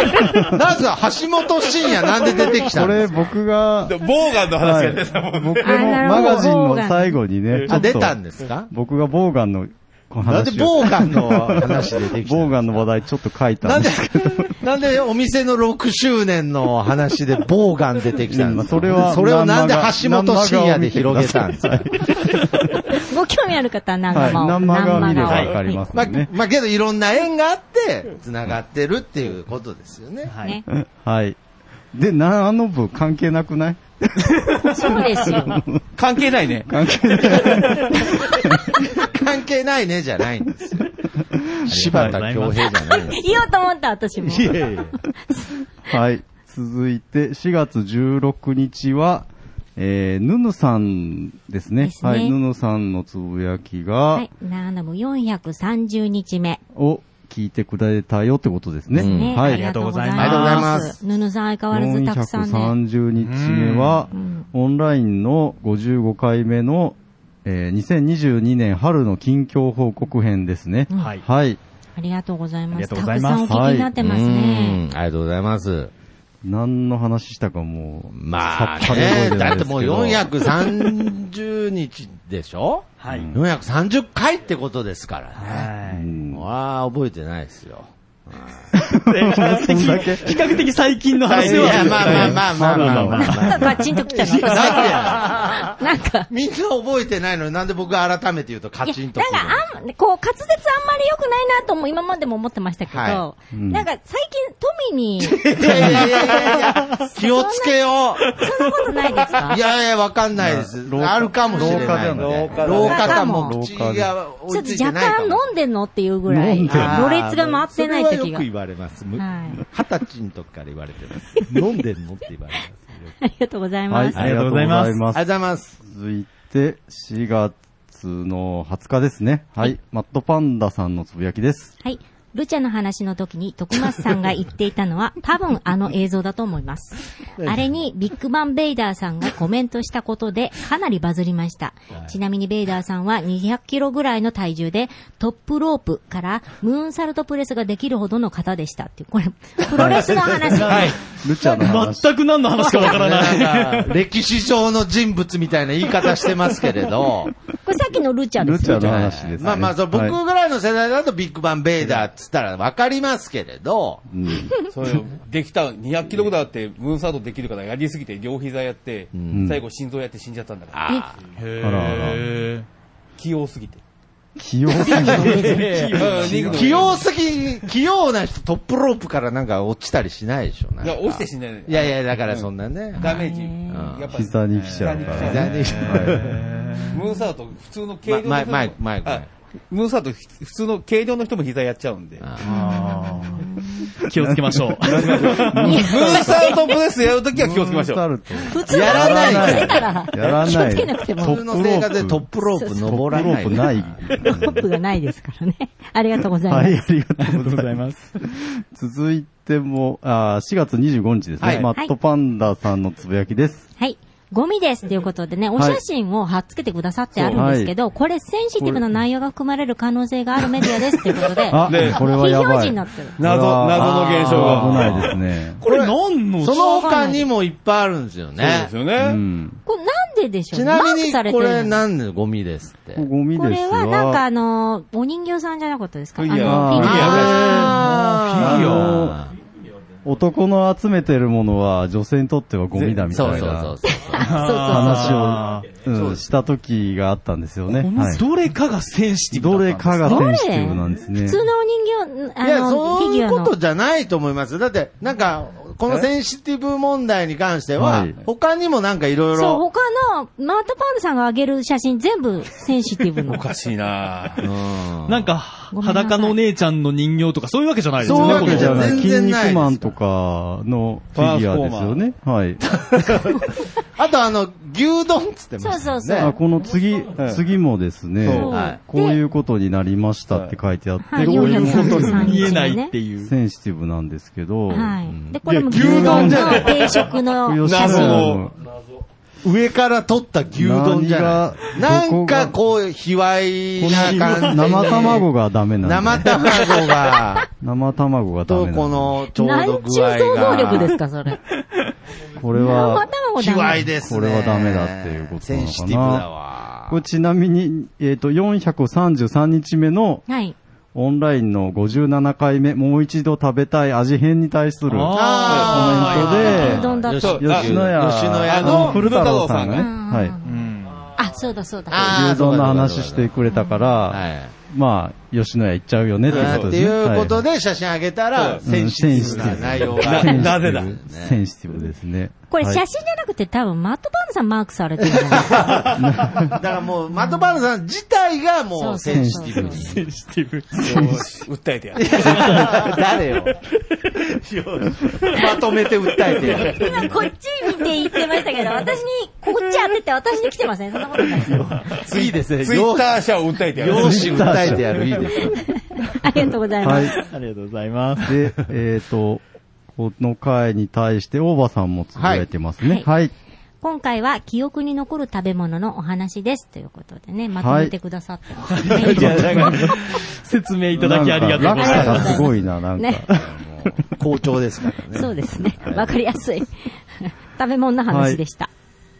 H: なぜ橋本真也なんで出てきた
F: こ
H: んで
F: れ
H: すか
F: 僕が、
K: このボーガンの話
F: は
K: が
F: い
K: 出たもんね。
F: 僕の
G: あなるほど
F: マガジンの最後にね、ちょ
H: あ、
F: っと
H: 出たんですか
F: 僕がボーガンのこの話
H: なん
F: を
H: でボーガンの話出てきたんですか
F: ボーガンの話題ちょっと書いたんですけど。
H: なんでお店の6周年の話でボーガン出てきたんですか
F: それは
H: それをなんで
F: 南
H: 橋
F: 波が
H: 本深夜で広げたんですか
G: ご興味ある方は何
H: は
G: か
H: い
G: も。
H: ナンバーが見れば
G: ナンバーを。
H: わかりますもんねまあけどいろんな縁があって、繋がってるっていうことですよね。はい
F: はい。で、な、あの部関係なくない
G: そうですよ。
F: 関係ないね。関係ない。
H: 関係ないねじゃないんです よ。柴田恭平じゃないんです。
G: 言おうと思った、私も。
F: いやいやはい。続いて、4月16日は、えー、ぬぬさんですね。
G: ね
F: はい。ぬぬさんのつぶやきが、
G: はい。なんだもう430日目。
F: を聞いてくれたよってことですね。
G: ね
F: はい。
G: ありがとうございます。ぬぬさん相変わらずたくさんね。
F: 430日目は、オンラインの55回目の、えー2022年春の近況報告編ですね。はい。はい。
G: ありがとうござい
F: あ
G: ます。たくさんお聞きになってますね。
H: ありがとうございます。
F: 何の話したかもう、ま
H: ねえだってもう430日でしょはい。430回ってことですからね。はい。わあ、覚えてないですよ。
E: 比較的比較的最近の話では
H: いや
E: ある
H: まあまあまあまあまあまあまあ
G: なんかバチンときた
H: いや
G: な。
H: だ
G: って、なんか、
H: みんな覚えてないのになんで僕が改めて言うとカチンと
G: なん
H: くるの
G: かあん、こう、滑舌あんまり良くないなとも今までも思ってましたけど、
H: は
G: なんか最近、富に、
H: いやいやいやいやいや、気をつけよう。
G: そんなことないですか
H: いやいや、わかんないです。あるかもしれない。
F: 老化だね
H: 老化か
G: 老
H: も。
F: 化
G: ち
H: 口が追
G: ょ
H: い
G: っ
H: つ
G: と
H: いて
G: 若
H: ないか
G: 干
H: も。
G: 飲んでんのっていうぐらい、ろれつが回ってない時が。
H: それはよく言われます。む
G: はい
H: 二十歳の時から言われてます。飲んでんのって言われます。
G: ありがとうございます。
F: ありがとうご
H: ありがとうございます。
F: 続いて、4月の20日ですね。はい。マットパンダさんのつぶやきです。
G: はい。ルチャの話の時に徳松さんが言っていたの は多分あの映像だと思います。あれにビッグバンベイダーさんがコメントしたことでかなりバズりました。ちなみにベイダーさんは200キロぐらいの体重でトップロープからムーンサルトプレスができるほどの方でしたっていう、これ、プロレスの話。
H: はい
F: ルチャの話
E: 全く何の話かわからない
H: んか歴史上の人物みたいな言い方してますけれ ど。
G: これさっきのルチャですよ
F: ルチャの話ですね
H: まあまあ、そう僕
F: は
H: ぐらいの世代だとビッグバンベイダーっつったらわかりますけれど。
J: そうよできた、200キロぐらいあって、ムーンサードできるからやりすぎて、両膝やって、
F: ん
J: 最後心臓やって死んじゃったんだから。へ
F: あらあら
J: え。器用すぎて。
F: 器用すぎ
J: る
H: 器用すぎ、器用な人トップロープからなんか落ちたりしないでしょ。なん
J: い
H: か
J: や落ちて死んだよね
H: いやいや、だからそんなね。
J: ダメー
H: うん
J: ジ。やっぱり
F: 膝に来ちゃうからね
H: 膝に来ちゃう
J: ムーンサード、普通の軽量の
H: ま
J: 人
H: 前前前前
J: あムーンサード、ひ普通の軽量の人も膝やっちゃうんで。
E: 気をつけましょう。
J: ムーンサードプレスやるときは気をつけましょう。
G: 普通の
H: やらない
G: してたら、
F: やらない
G: 気をつけなくても。
H: 普通の生活でトップロープ登らない。
F: トップロープ
G: ロープがないですからね。ありがとうございます。
F: はい、ありがとうございます。 続いても、あー4月25日ですね、
G: はい
F: マットパンダさんのつぶやきです。
G: はい。ゴミですっていうことでね、お写真を貼っつけてくださってあるんですけど、これセンシティブな内容が含まれる可能性があるメディアですっていうことで、
F: あ、これはや
G: 非表
F: ば
G: 示
F: い。
G: になってる。
J: 謎謎の現象が
F: 危ないですね。
E: これ何の
H: その他にもいっぱいあるんですよね。
J: そうですよ
G: こ
J: ね。
G: れなんででしょう
H: ちな
G: マ
H: み
G: ーク
H: に、
G: されて
H: こ
G: る
H: れ
G: の
H: なんでゴミですって。
F: ゴミ
G: こ
F: です
G: れ
F: よ
G: はなんかあの、お人形さんじゃなかったですかあ
J: フィ
G: の、
J: ギ
G: フ
J: ュ
F: ア
G: ィギュア。
H: あ
F: あ
H: ー
F: の男の集めてるものは女性にとってはゴミだみた
H: そう
F: い
H: そうそう
F: な
H: そう。
F: 話をうんした時があったんですよね。はい
E: どれかがセンシティ
F: ど
E: ブだ
F: れ
E: ったんです
F: かがセンシティブなんです
G: 普
F: ね。
G: 通のお人形、
H: いや、
G: あの、フ
H: そ
G: ィ
H: う
G: ギ
H: い
G: ュア
H: うこ
G: の
H: と。じゃないと思いますよ。だって、なんか、このセンシティブ問題に関しては
F: はい、
H: 他にもなんかいろい
G: そう、
H: ろ。
G: 他の、マートパンダさんが上げる写真全部センシティブの。
J: おかしいなぁ
E: なんか、裸のお姉ちゃんの人形とかそういうわけじゃないですよね。
H: そういうわけじゃない
E: こ
F: 筋肉マンとかのフィギュアですよね。はい。
H: あとあの、牛丼っつってま
G: そう
H: す
G: そうそう。
F: あこの次、次もですね
H: そうはい、
F: こういうことになのになりましたって書いてあっ
G: は
F: て、
G: い
F: こういうこと
G: 433
F: に
E: の見えないっていう。
F: センシティブなんですけど、
G: はい。で、これも
H: い
G: 牛
H: や
G: 丼
H: 牛丼じゃ
G: の
H: ない
G: 定食の写
H: 謎
G: 真。
H: の上から取った牛丼じゃない。なん
F: 何が
H: かこう、卑猥な感じで。
F: 生卵がダメなんだ
H: 生卵が、
F: 生卵がダ
H: と
F: メなんだ
H: この、ちょ う
G: なんちゅ
H: ど
G: う
H: 具合が。
G: 想像力ですか、それ。
F: これ
G: 生
F: は、
G: 卵
H: 卑
G: だ
H: 猥
G: ね。
H: ですね。
F: これはダメだっていうことなのかな
H: センシティブだわ。
F: これちなみに、えっ、と、433日目の
G: はい。
F: オンラインの57回目、もう一度食べたい味変に対するコメン
G: あ
F: トで、
G: どんだった
F: 吉野家、
G: 吉野
F: あ
G: 家
F: の
G: の
F: 古太郎さんがね、はい、
G: あ、そうだそうだ。
F: 牛丼の話してくれたから、まあ、吉野家行っちゃうよねっていうこと
H: って
F: ですね。
H: いうこと
F: は
H: で写真あげたら、
F: い
H: センシティブな内容が。
F: うんセンシテ
H: セ
F: ィブ
H: ンシティブ
F: センシティブですね。
G: これ
F: は
G: 写
F: い
G: 真じゃなくて多分マットバーンさんマークされてるんじゃないですか
H: だからもう、マトバルさん自体がもうセ ンシティブに。
E: センシティブ。
H: 訴えてやる。誰よ。 まとめて訴えてやる。
G: 今こっち見て言ってましたけど、私に、こっち当てて私に来てません、そんなことないです。
H: いいですね。
J: ツイッター社を訴えてやる。
H: 容姿訴えてやる。いいですよ。
G: ありがとうございま
F: は
G: す。
F: い。
E: ありがとうございます。
F: で、えっ、と、この回に対して、大場さんもつぶやいてますね。はい。
G: 今回は記憶に残る食べ物のお話です。ということでね、まとめてくださってますね。
E: いや、だから、 説明いただきありがとうございます。
F: なんか落差がすごいな、なんか。
G: ね、
H: 好調ですからね。
G: そうですね。わかりやすい。食べ物の話でした。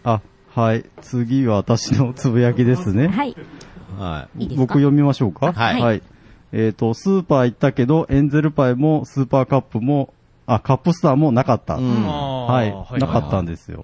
F: あ、はい。次は私のつぶやきですね。
G: はい。
H: はい。
G: いいですか
F: 僕読みましょうか。
H: はい
F: えっ、と、スーパー行ったけど、エンゼルパイもスーパーカップも、あ、カップスターもなかった。
H: ん
F: は
I: あーはい
F: い。なかったんですよ。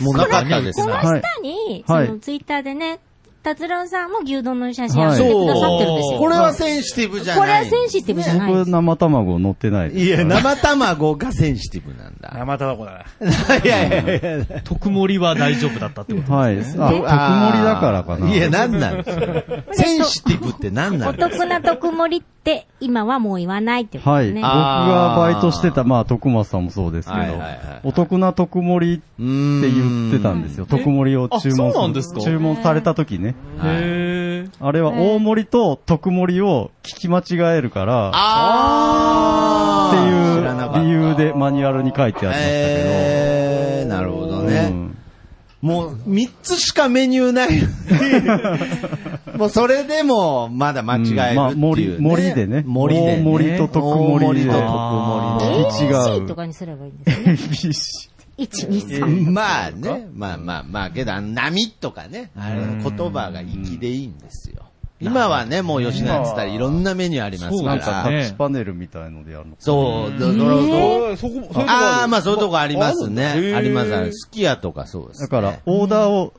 H: もうなかったです
G: こ
H: ね
G: の。下に、
F: はい
G: そ
F: は
G: の
F: い
G: ツイッターでね、達郎さんも牛丼の写真を上げてくださってるんですよ。
H: これはセンシティブじゃない。
G: これはセンシティブじゃない
F: こ
G: で
F: れ
G: す。
F: 生卵乗ってないです
H: いや、生卵がセンシティブなんだ。
J: 生卵だな。
H: いやいやいやいや。
E: 特盛りは大丈夫だったってこと。
F: はい。あ、特盛りだからかな。
H: いや、なんなんですかセンシティブってなんな
G: お
H: んですか
G: 得な特盛りって、今はもう言わないってこと
F: はい。
G: ね。
F: 僕
H: あ
F: がバイトしてた、まあ、徳松さんもそうですけど、
H: はいはいはい
F: お得な特盛りって言ってたんですよ。徳盛りを注文
E: あそうなんですか
F: 注文された時ね。
E: へー。
F: あれは大盛りと特盛りを聞き間違えるから、
H: あ
F: って
H: 知らなかった
F: いう理由でマニュアルに書いてありましたけ
H: えー、なるほど
F: ど。
H: ね。
F: うん
H: もう、三つしかメニューない。もう、それでも、まだ間違えるっていう、ね
F: まあ、森、森でね。
H: 森で、ね。
F: 大盛りと特
H: 大
F: 盛
H: 盛
F: り
H: り
F: で。
H: と特
F: あ
H: 盛り
F: ー違
G: ABC と
F: う。
G: かにすればいいんですね。1、2、3。
H: で。まあね、まあまあまあ、けど、あの波とかね、あれの言葉が粋でいいんですよ。今はね、もう吉野家って言ったらいろんなメニューありますか
F: なんか、
H: ら
F: タ。ッチパネルみたいのでやるの。
H: そう、どどど
J: そこ、そういうとこ
H: ああ、まあそういうとこあります
J: あるん
H: ね。
J: だ
H: ありますあります。すき家とかそうです、
F: だ
H: ね。
F: から、オーダーを、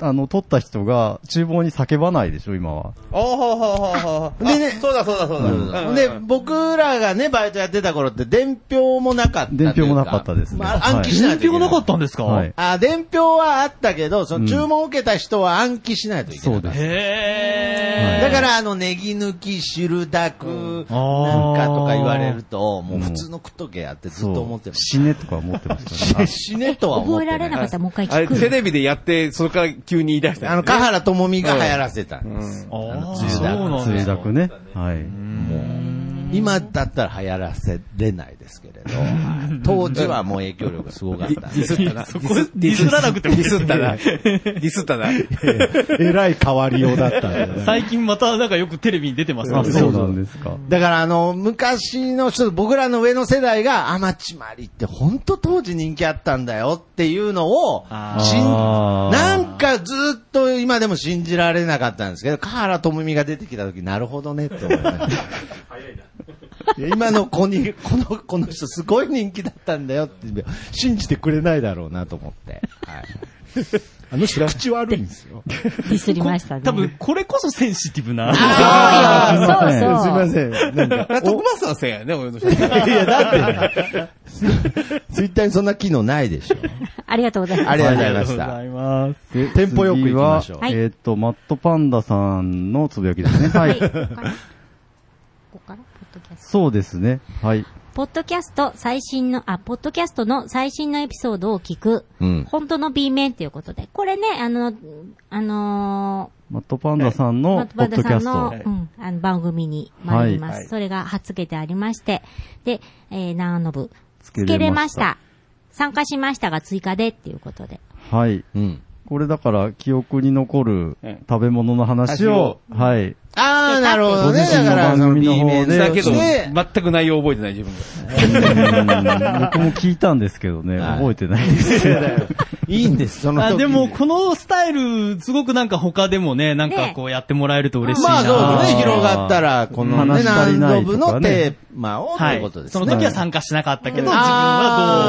F: あの、取った人が、厨房に叫ばないでしょ、今は。
J: あーはーはーはーはー。
H: でね
J: あそうだそうだそうだ。
H: うんで、僕らがね、バイトやってた頃って、伝票もなかったというか。
F: 伝票もなかったですね
H: まあ、
F: はい
H: 暗記しないといけ
E: 勉
H: な
E: 強
H: い。
E: なかったんですか
F: はい。
H: あ、伝票はあったけど、その注文を受けた人は暗記しないといけ
F: そ
H: な
F: う
H: い。
F: です。
E: へ
H: だから、あの、ネギ抜き、汁だく、なんかとか言われると、もう普通の食っとけやってずっと思ってま
F: 死ねとか思ってましたね。
H: す。死ねとは思っ
G: 覚
H: て
G: えられなかったらもう一回
K: あれ、
G: 聞
K: テ
G: く。
K: レビでやって、それから急に言い出した
H: あの、
K: か
H: 香原朋美が流行らせたんです。
E: ー。ああ、
H: つゆだ
E: そうなんで
F: つ
E: す
F: ゆだ
E: か。
F: くね。はい。
H: 今だったら流行らせれないですけれど、はい当時はもう影響力がすごかったんで。
E: そこディスらなくてもいいですね。
K: ディスったな。
H: えらい変わりようだったんだよね
E: 最近またなんかよくテレビに出てます
F: あ、
E: ね。
F: そうなんですか。
H: だからあの、昔の人、僕らの上の世代が、アマチマリって本当当時人気あったんだよっていうのを、しん
F: あー
H: なんかずっと今でも信じられなかったんですけど、河原智美が出てきた時、なるほどねって思いました。 いや今の子に、この、この人すごい人気だったんだよって、信じてくれないだろうなと思って。はい。あの人口悪いんですよ。
G: ディスりましたね。
E: 多分、これこそセンシティブな。
G: そうよ。そうそう。
H: せん。なんか、
K: 徳松さんせんやね、俺の人。
H: いや、だってね、 ツイッターにそんな機能ないでしょ。
G: ありがとうございます。
H: ありがとうございまし
E: ありがとうござ
H: た。
E: います。
F: で
H: テンポよく行きましょう
F: 次はえっと、マットパンダさんのつぶやきですね。は
G: はい。ここ
F: い。
G: からここからポッドキャスト。
F: そうですね。はい。
G: ポッドキャスト最新の、あ、ポッドキャストの最新のエピソードを聞く。
H: うん
G: 本当の B 面ということで。これね、あの、あの
F: マットパンダさんの
G: 松
F: ポッ
G: 原
F: ドキ
G: さ
F: ャ
G: ん
F: ス
G: の,、
F: ト
G: う。ん、あの番組に参ります、
F: はい
G: それが発付けてありまして、で、えー、長野部、
F: けれました
G: 付けれました。参加しましたが追加でっていうことで。
F: はい。
H: うん。
F: これだから、記憶に残る
K: うん
F: 食べ物の話を、はい。
H: あー、なるほどね。
F: ご自
H: だ
F: 身の
H: から、
F: 番組の方で
K: だけど、
H: ね
K: 全く内容覚えてない自分が。
F: うん僕も聞いたんですけどね、
H: はい
F: 覚えてないです。
H: いいんです、その時
E: あで も、このスタイル、すごくなんか他でもね、なんかこうやってもらえると嬉しいな。
H: まあそうですね、広がったら、このね、
E: 話足りな
H: 何
E: い
H: 度部
E: とか
H: の
E: ね
H: テーマをと
E: はいいう
H: ことです
E: そ
H: ね。
E: の時は参加しなかったけど、自分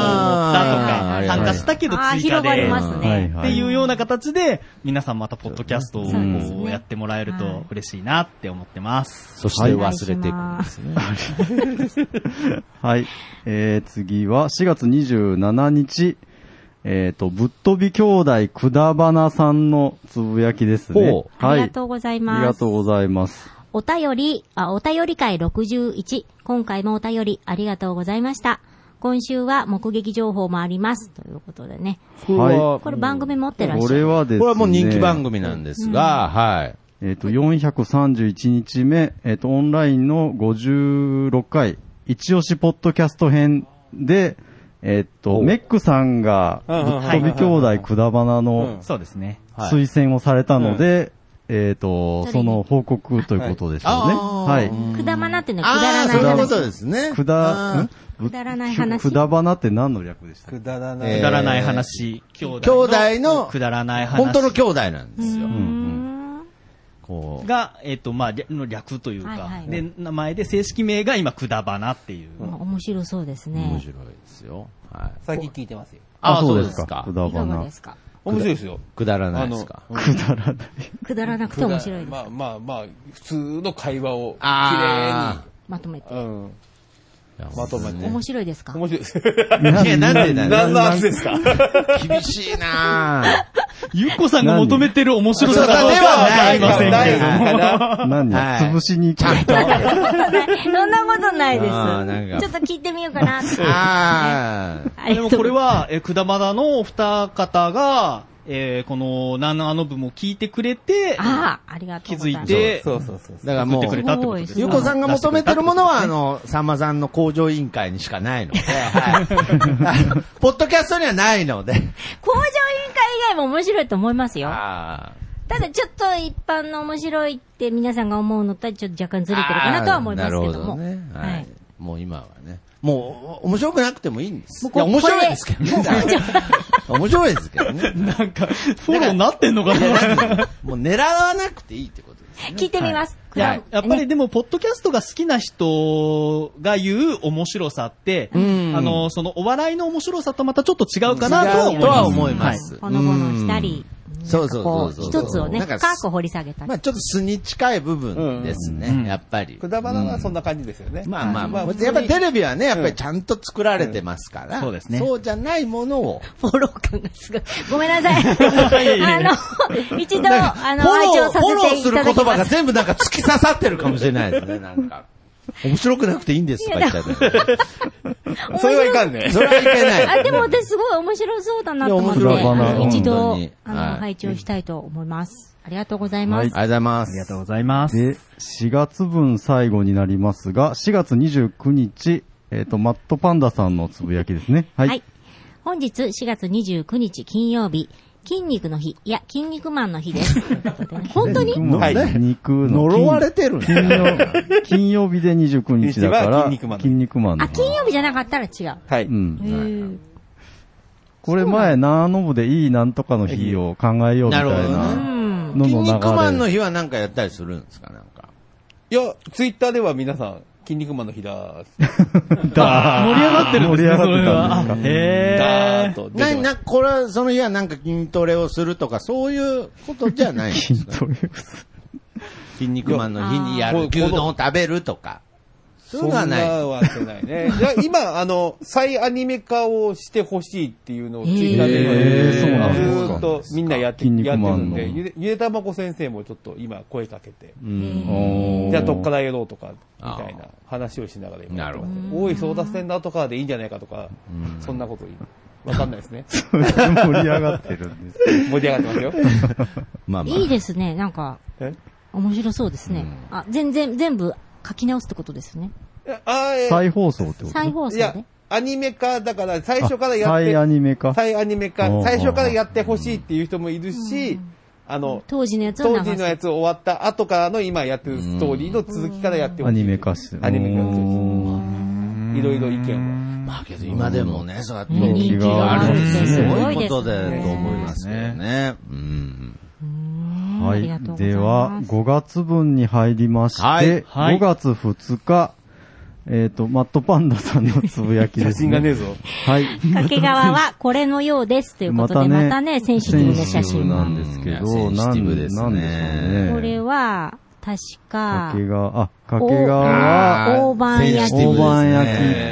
H: あー
E: はどう思ったとか、参加したけど
G: あー
E: 追加
G: 広がり
E: で、
G: ますね
E: っていうような形で、皆さんまたポッドキャストをこ
G: そうですね
E: うやってもらえると嬉しいなって思ってます。
H: そ
F: して忘れていくん
G: です
H: ね。
F: はい。えー、次は4月27日、えっ、と、ぶっ飛び兄弟くだばなさんのつぶやきですね
G: ほ。う
F: はい。
G: ありがとうございます
F: ありがとうございます。
G: お便り、あ、お便り会61。今回もお便りありがとうございました。今週は目撃情報もあります。ということでね。
F: これははい
G: これ番組持ってらっしゃる。
F: これはですね。
H: これはもう人気番組なんですが、はい。
F: えっ、と、431日目、えっ、と、オンラインの56回、一押しポッドキャスト編で、えっ、と、メックさんが、ぶ
E: うんうん
F: っ飛び兄弟くだばなの
E: そうですね。
F: 推薦をされたので、えっ、と、その報告ということでしょうね。はい。
G: くだまなっていうのはくだらない話。
H: ですね
F: くだ、ん
G: くだらない話
F: くだばなって何の略でした
J: くだら
E: くだらない話、兄弟
H: 兄弟の
E: くだらない話。
H: 本当の兄弟なんですよ。
E: こうが、えっ、と、まあ、略の略というか、
G: はいはい
E: で、名前で正式名が今、くだばなっていう。
G: まあ面白そうですね。
H: 面白いですよ。はい。
J: 最近聞いてますよ。
H: あ
F: あそうですか
H: そうです
F: くだばな。
J: 面白いですよ。
H: くだらないですか。
J: あの
F: くだらない。
G: くだらなくて面白いです。
J: まあまあまあ、普通の会話を、
H: あ
G: まとめて。
J: 綺麗に。うん。まとめて。
G: 面白いですか
J: 面白いです。
H: いやなんでだよ
J: 何の圧ですか
H: 厳しいなぁ。
E: ゆっこさんが求めてる 面白さかどうかはわかりませんけれども。
F: 何、
H: はい
F: 潰しに行く
G: そんなことない。そんなことないで
H: あーなんか
G: す。ちょっと聞いてみようかなって。
H: ああ。
G: あり
E: で
G: が
E: も
G: とう
E: これは、えー、くだまだのお二方が、えー、この、ナナノブも聞いてくれて、
G: ああ、ありがとうございます。
E: 気づいて
J: そうそうそうそう。
H: だからも
E: 送ってく
H: う
E: れ、たってことです
H: ゆ
E: ね。
H: うこさんが求めてるものは、あの、さんまさんの工場委員会にしかないので、 はい。ポッドキャストにはないので。
G: 工場委員会以外も面白いと思いますよ。
H: あ
G: ただちょっと一般の面白いって皆さんが思うのとはちょっと若干ずれてるかなとは思いますけども。
H: あーなるほどね。
G: は
H: はいい。もう今はね。もう、面白くなくてもいいんです。
G: もう
H: い
G: こ
H: や、面白いですけど ね。 面白いですけどね。
E: なんか、フォローなってんのか
H: いや
E: な
H: なんかもう狙わなくていいってことです。
G: 聞いてみます。
E: いや、やっぱりでも、ポッドキャストが好きな人が言う面白さって、あ
H: ん
E: の、そのお笑いの面白さとまたちょっと違うかなとは思います。
H: とは思います。
G: ほのぼのしたり、
H: そうそうそ
G: こ
H: う
G: う、
H: そう。
G: 一つをね、
H: なんか
G: 深く掘り下げたり
H: まあ。ちょっと素に近い部分ですね、やっぱり。
J: くだばなはそんな感じですよね。
H: まあまあまあ、
J: 普通に
H: やっぱりテレビはね、やっぱりちゃんと作られてますから、
E: んそうですね
H: そうじゃないものを、
G: フォロー感がすごい。ごめんなさ い。あの、一度、あの、愛情
H: フ
G: さ
H: ォロ
G: せ
H: ー
G: て
H: す
G: い
H: る
G: ただ
H: 言
G: き
H: 葉が
G: ます。
H: 全部なんか突き刺さってるかもしれないですね、なんか。面白くなくていいん ですとか言っちゃって。
J: それはいかんね。
H: それはいけない。
G: あ、でも私すごい面白そうだなと思って、
H: いや面白い
G: あの一度
H: 本当に、
G: あ
H: は
G: の、
H: い
G: 拝聴したいと思います。ありがとうございます。
H: ありがとうございま
E: ありが
H: す。
E: とうございます。
F: で、4月分最後になりますが、4月29日、えっ、と、マットパンダさんのつぶやきですね。はい。
G: はい本日4月29日金曜日、筋肉の日、いや、筋肉マンの日です。ということでね本当に
F: 肉の、
J: はい
F: 肉の
H: 呪われてるんだ
F: 金曜金曜日で29日だから、
J: 日は筋肉マ
F: マ
J: ンの日
F: ンの
G: あ、
F: 日
G: 金曜日じゃなかったら違う。
J: はい。
F: うん。
G: へ
F: これ前、ナーノブでいいなんとかの日を考えようみたい
H: なるほど
F: な
H: ね
G: うん。
F: の
H: 筋
F: の流れ。
H: 肉マンの日はなんかやったりするんですか、なんか。
J: いや、ツイッターでは皆さん、筋肉マンの日だー、
F: だ
E: 盛り上がってるんですね、
F: 盛
E: そ
F: り上
E: れ
F: が
E: は
F: ってた。 んですか
E: へ
J: だー
E: ー
J: っ。と出てま
H: な、
J: す。
H: な、これは、その日はなんか筋トレをするとか、そういうことじゃ ないんですか
F: 筋トレ
H: 筋肉マンの日にや
J: い
H: る
J: や
H: 牛丼を食べるとか。そういうのはない。
J: そんなはしてないね。いや今、あの、再アニメ化をしてほしいっていうのをツイッターで、
F: えーそうなんですか
J: ずーっとみんなやって
F: 筋肉
J: やって
F: マ
J: る
F: ン
J: ん
F: の
J: で、ゆでゆでたまこ先生もちょっと今声かけて、
F: おー
J: じゃあどっからやろうとか、みたいな話をしながら今やってます
H: な
J: 大井争奪戦だとかでいいんじゃないかとか、そんなこと言うわかんない ですね。
F: 盛り上がってるんです。
J: 盛り上がってますよ。
H: まあまあ
G: いいですね、なんか
J: え、
G: 面白そうですね。あ、全然、全部書き直すってことですね。
J: あーえー
F: 再放送ってこと
G: 再放送
J: いや
G: で。、
J: アニメ化だから最初からやっ
F: 再
J: て、
F: アニメ化。
J: 再アニメ
F: う
J: 化、
F: ん
J: 最初からやってほしいっていう人もいるし、あの、
G: 当時のやつを
J: 当
G: 流
J: 時の
G: す。
J: やつ終わった後からの今やってるストーリーの続きからやってほ
F: ア
J: しい
F: ニメ化して。
J: アニメ化してほしい
F: おー
J: いろいろ意見は。
H: まあけど今でもね、そうやって
G: うん
H: 人気があるってすごい
G: 人気があるってすごいですね
H: ことだと思いますけどね。うん。
F: は
G: ありがとうご
F: い。
G: ざい
F: では、5月分に入りまして、
H: はいはい
F: 5月2日、えっ、と、マットパンダさんのつぶやき
K: 写
F: です、
K: 真がねえぞ
F: はい。
G: 掛川はこれのようですということで、またね、センシティブな写真
F: な
G: が。
F: んですけど、
H: センシティブですね
F: なんなんでしょ
G: こ
F: うね。
G: れは、確か、
F: 掛川、あ、掛川は、
G: お大判焼き。
F: 大判焼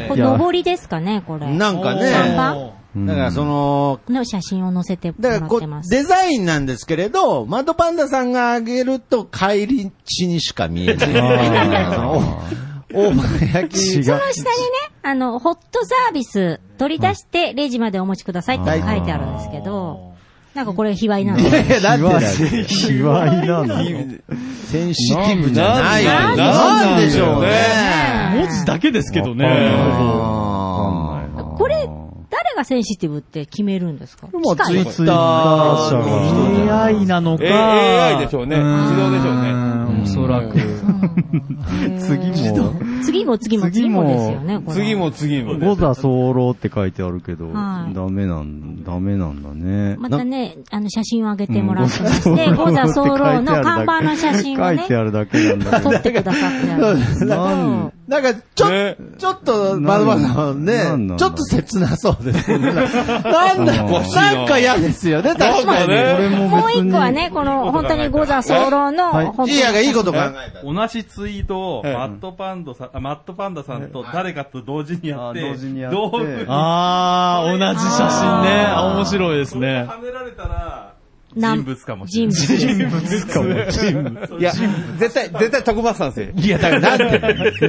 G: こ
F: き。
G: れ、
F: や
G: 上りですかね、これ。
H: なんか
G: 看
H: ね
G: 板、
H: だからその、
G: の写真を載せても
H: だから
G: ら
H: こ
G: っ
H: う
G: てます。
H: デザインなんですけれど、マッドパンダさんがあげると帰り地にしか見えない。大判焼き。
G: その下にね、あの、ホットサービス取り出してレジまでお持ちくださいって書いてあるんですけど、なんかこれ卑猥なん
H: い
G: で
H: や
G: す
H: いや、だってだって、
F: 卑猥なの。
H: センシティブじゃないよ
K: なん
H: なんでしょうね。
E: 文字だけですけどね。
H: あー
G: これ、誰がセンシティブって決めるんですか
H: もうツイ
F: ツ
H: ッ
F: イッ
H: タ
F: タ
H: ー
F: ー社が。
E: AI なのか、
K: え AI でしょうね。
E: ん
K: 自動でしょうね。
E: おそらく。
F: 次も、
G: 次も次も次もですよね、これ。
K: 次も次も。
F: 五座候って書いてあるけど、
G: はい
F: ダメなん、ダメなんだね。
G: ま
F: な
G: たね、あの、写真を上げてもらってまして、ゴザソーローの看板の写真を
F: 書い
G: ね、
F: てあるだけなんだけ
G: 撮
F: ど。
G: ってくださってあるんですけど
F: なん
H: なんか、ちょ、ちょっと、まだまだ
F: な
H: ね
F: んなんだろ、う
H: ちょっと切なそうですね。なんだ、なんか嫌ですよね、確かに。
F: 俺も
G: もう
F: 別に
G: 一個はね、この、本当にゴザソーロー
F: はい
G: の、本当
H: いいやがいいこと考えた。
I: 同じツイートを、マットパンダさん、あマットパンダさんと誰かと同時にやって、
F: あ同時にやって
I: 同時に
E: あー、同じ写真ね。あ面白いですね。
I: はめられたら、
G: な
I: 人物かもしれない。
G: 人物
I: 人物かもしれない。
J: いや、絶 対、絶対徳松さんですよ。
H: いや、だからなん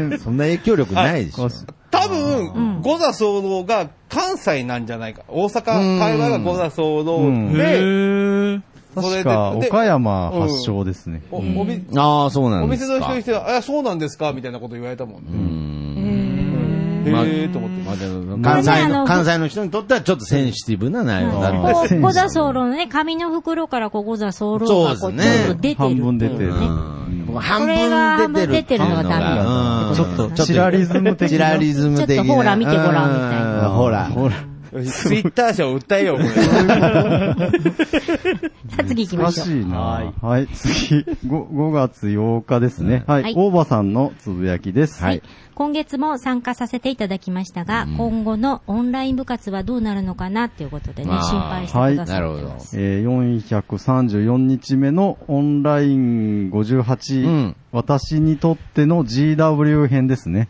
H: て、そんな影響力ないでしょ。
J: 多分、五座騒動が関西なんじゃないか。大阪、会話が五座騒動
E: へ
J: で、そ
F: 確
J: れで
F: か、
J: で
F: 岡山発祥ですね。
J: おおび
H: ああ、そうな
J: お
H: んで
J: 店
H: す
J: の
H: か。
J: 人にしては、あ、そうなんですかみたいなこと言われたもんね。
H: うんまあ
J: へえーと思って。
H: まあでも関西
G: あの
H: の、関西の人にとってはちょっとセンシティブな内容になるんです
G: こ
F: センシティ
G: う、
F: ブ
G: ゴザソーローのね、紙の袋からこう、ゴザソーローがこ
H: そう
G: う、
H: ですね
G: ちょっと出て
F: 半
G: る。
F: 分出てる。
H: もう半分出てるってい
G: これが半分出て
H: うの
G: るのがダメ
H: が、うん
F: ちょっと、チラリズム的
H: チラ
F: な。
H: リズム的な。
G: ちょっとほら見てごらんみたいな
H: うんほら。ほら。
J: ツイッター社を訴えよう、これ。
G: さあ次行きま
F: 難
G: しょう。
F: しいなはい。次、ご5月8日ですね。は
G: はい
F: い。大場さんのつぶやきです。
G: はい。。今月も参加させていただきましたが、今後のオンライン部活はどうなるのかなっていうことでね、
H: まあ
G: 心配してくださってます。
F: えー434日目のオンライン58、
H: うん
F: 私にとっての GW 編ですね。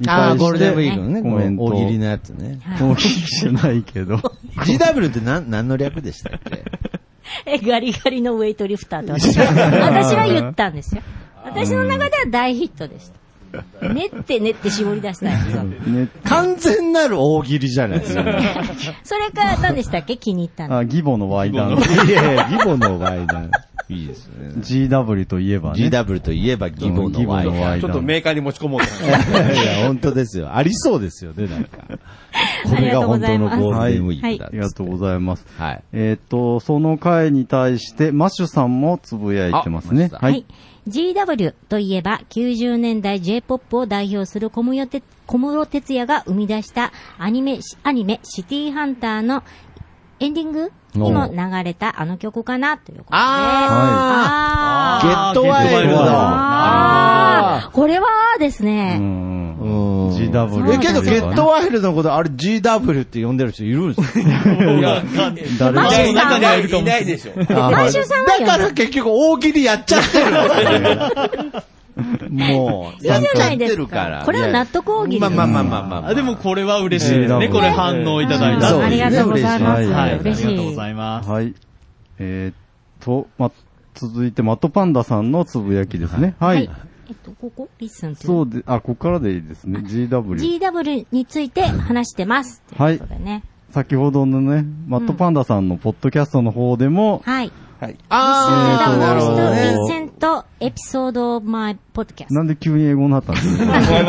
F: に
H: ああ、
F: 対
H: ゴ
F: して
H: ールデンウィークのね、
F: コメント。
H: こう大喜利のやつね。
F: 大喜利じゃない けど。
H: GW って何、何の略でしたっけ
G: え、ガリガリのウェイトリフターって私は、 私は言ったんですよ。私の中では大ヒットでした。練って練って絞り出したんですよ。
F: ね、
H: 完全なる大喜利じゃないですか。い
G: それから何でしたっけ気に入ったの。
F: あ、義母の Y 談。
H: やいや、義母のワイダン。いいですね。
F: GW といえばね。
H: GW といえば義母のワイ
F: 義母の Y
H: ダン。
F: 談
J: ちょっとメーカーに持ち込もう と思って。
H: いや、本当ですよ。ありそうですよね、なんか。これが本当のゴールデンウィークだ
F: あ
H: っ
F: りが
H: つっ
F: と
H: て
F: うございます。
H: はい。
F: えっ、と、その回に対して、マッシュさんもつぶやいてますね。
H: あ
F: は
G: はいい。。GW といえば、90年代 J-POP を代表する小室哲小室哲也が生み出したアニメ、アニメ、シティーハンターのエンディングにも流れたあの曲かな、ということで。あ
H: ゲ
G: ー
H: ットワイルドだ。
G: あーこれはですね、
F: うん
H: うん
F: GW
H: え、けど、ゲットワイルドのこと、あれ GW って呼んでる人いるんですか
F: 誰
G: マッ
F: だ
G: シュさん
J: いないいないでしょ。
G: マッシュさんは
H: だか
G: よ
H: ら結局大喜利やっちゃってるもう、
G: い
H: や
G: い
H: っ
G: じゃ
H: ちゃ
G: な
H: っ
G: いで
H: て
G: す
H: るから
G: か。。これは納得大喜利
H: まあまあまあまあまあ。
E: あでもこれは嬉しいです
F: え
E: ね。
F: ー
E: これ反応いただい
G: あ
E: た
G: ーありがとうございます。
F: はい
G: 嬉
E: ありがとう
G: し
E: ご
G: い。
E: ざいます。
F: はい。えーっと、ま、続いて、マットパンダさんのつぶやきですね。はい。
G: はい。えっと、ここリッスンという
F: そうで、あ、ここからでいいですね。GW。
G: GW について話してます。
F: は
G: はいい。ということでね。
F: 先ほどのね、マットパンダさんのポッドキャストの方でも、
G: はい。
H: あ
G: ダ
H: ー、なるほどね。
G: ヴィンセントエピソードマイポッドキャスト。
F: なんで急に英語になったんですか
G: という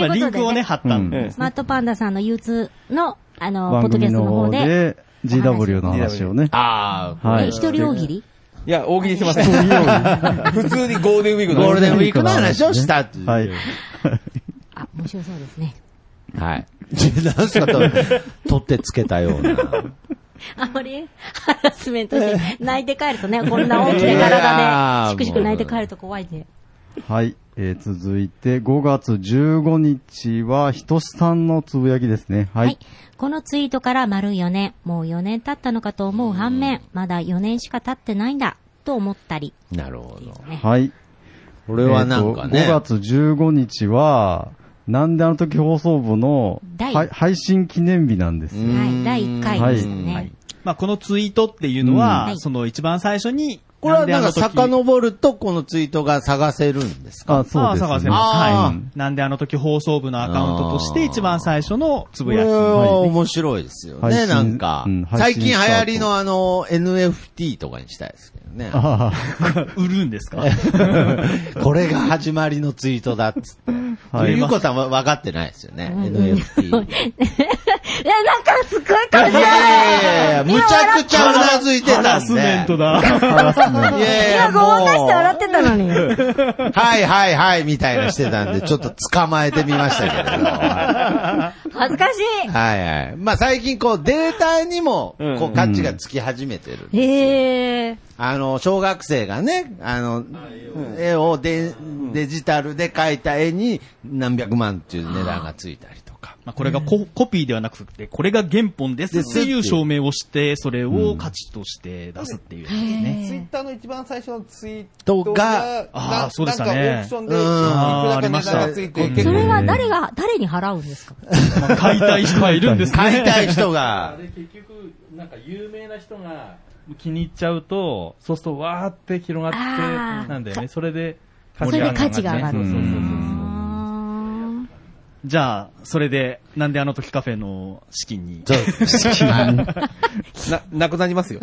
E: まあ、
G: こ
E: リ
G: と
E: ンク
G: で
E: をね、
G: ね、
E: 貼ったん
F: う
E: で
F: ん。
G: マットパンダさんの憂鬱の、あの、ポッ
F: 番
G: ドキャ
F: 組
G: スト
F: の
G: の方
F: 方
G: で、
F: で、GW の話をね。
H: あー、
F: は
G: え
F: い。
G: 一人大喜利
J: いや、大喜利してません。普通にゴールデンウィークの
H: ゴールデンウィークの話をしたっていう。
F: はい。
G: あ、面白そうですね。
H: はい。何すかと、取ってつけたような。
G: あまりハラスメントして、泣いて帰るとね、こんな大きな体で、しくしく泣いて帰ると怖いね。
F: はい。えー続いて、5月15日は、ひとしさんのつぶやきですね。はい。
G: このツイートから丸4年、もう4年経ったのかと思う反面、まだ4年しか経ってないんだ、と思ったり。
H: なるほど。
F: はい。
H: これはなんかね
F: 5月15日は、なんであの時放送部の
G: 第
F: はい配信記念日なんです。
G: はい、第1回でしたね。
F: はい
E: まあ、このツイートっていうのは、
G: うん
E: その一番最初に、
H: これはなんか
E: の時
H: 遡ると、このツイートが探せるんですか
F: あ、そうです、ね。
E: あ探せます。
H: あ
E: は
H: ー
E: い。なんであの時放送部のアカウントとして一番最初のつ
H: こ
E: ぶ
H: れ
E: やき。
H: は
E: はい
H: 面白いですよ
F: 配
H: ね、
F: 信
H: なんか
F: うん。配
H: 最
F: 信
H: 近流
F: した後
H: 行りのあの、NFT とかにしたいですけどね。
F: あ
E: 売るんですか
H: これが始まりのツイートだっつって。
F: はい
H: ゆうこさんは分かってないですよね、NFT。
G: いや、なんかすごい
H: い
G: 感
H: や
G: じ
H: いやいやいや、むちゃくちゃうなずいてたんで。
E: ハラスメントだ。
H: いやい
G: い
H: や、
G: や、
H: も
G: ご
H: う、
G: まかして笑ってたのに。
H: はいはいはいみたいなしてた んで、ちょっと捕まえてみましたけれど。
G: 恥ずかし
H: はいはい。まあ最近こうデータにも、
K: うん
H: こう価値がつき始めてる。
G: い。へえ。
H: あの、小学生がね、あの、絵をデデジタルで描いた絵に何百万っていう値段がついたりとか。
E: まあ、これがココピーではなくて、これが原本ですっていう証明をして、それを価値として出すっていうやつですね。
J: ツイッターの一番最初のツイー
H: と
J: ト
H: が
J: が、
E: あー
J: な
E: そうでしたね
J: なんかオークションで、い
H: うん
J: く
E: あー
J: らか値段
E: あり
J: が
E: ま
J: つい、
E: してた
J: 結
G: そ
J: 構
G: れは誰が、誰に払うんですか
E: まあ買いたい人はいるんですね。
H: 買いたい人が
I: あ、れ結局、なんか有名な人が気に入っちゃうと、そうするとわーって広が
G: あ
I: っ
G: ー
I: て、なんだよね。それで
G: それで価値が上がる。
I: そうそうそうそう
G: あ
E: じゃあ、それで、なんであの時カフェの資金に。
H: そうですねはい
J: な、なくなりますよ。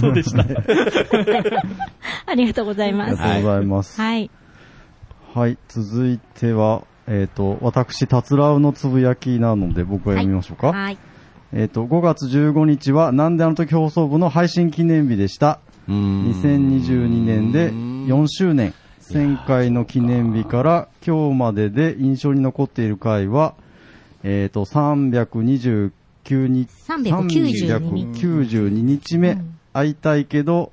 E: そうでした。
G: ーありがとうござい
F: あ
G: ま
F: り
G: す。
F: がとうございます。はい、
G: はい。
F: 続いては、えっ、と、私、たつらうのつぶやきなので、僕が読みましょうか。
G: はい。
F: えっ、と、5月15日は、なんであの時放送部の配信記念日でした。2022年で4周年。1000回の記念日から今日までで印象に残っている回は、えっ、と、329日、
G: 392日
F: 392日目、会いたいけど、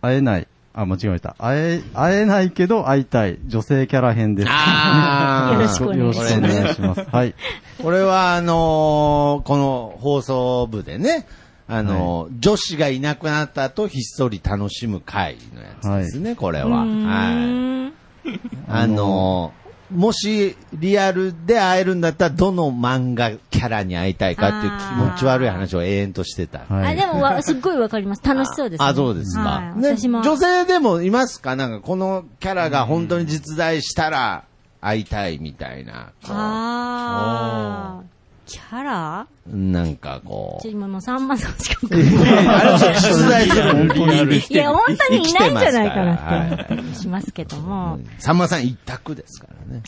F: 会えない。あ、間違えました。会え、会えないけど会いたい。女性キャラ編です。
H: あー
G: よろしくお願いします
F: よろしくお願いします。はい。
H: これはあのーこの放送部でね、あのー女子がいなくなった後、ひっそり楽しむ会のやつですね、これは。はい。あのーもしリアルで会えるんだったら、どの漫画キャラに会いたいかっていう気持ち悪い話を永遠としてた。
F: は
G: あ、
F: い
G: でもわ、すっごいわかります。楽しそうですね。
H: あ、そうですか
G: は。い
H: ね、
G: 私も。
H: 女性でもいますかなんかこのキャラが本当に実在したら会いたいみたいな。こう
G: ああ。キャラ
H: なんかこ
G: ちょ、
H: う。
G: 今もう3万さんしか。
H: あれ実在する
F: 本当にある
G: いや、本当にいないんじゃないかな
H: 生きてますか
G: っ
H: ら
G: て、しますけど
H: は
G: も
H: い。さんまさん一択ですから ね。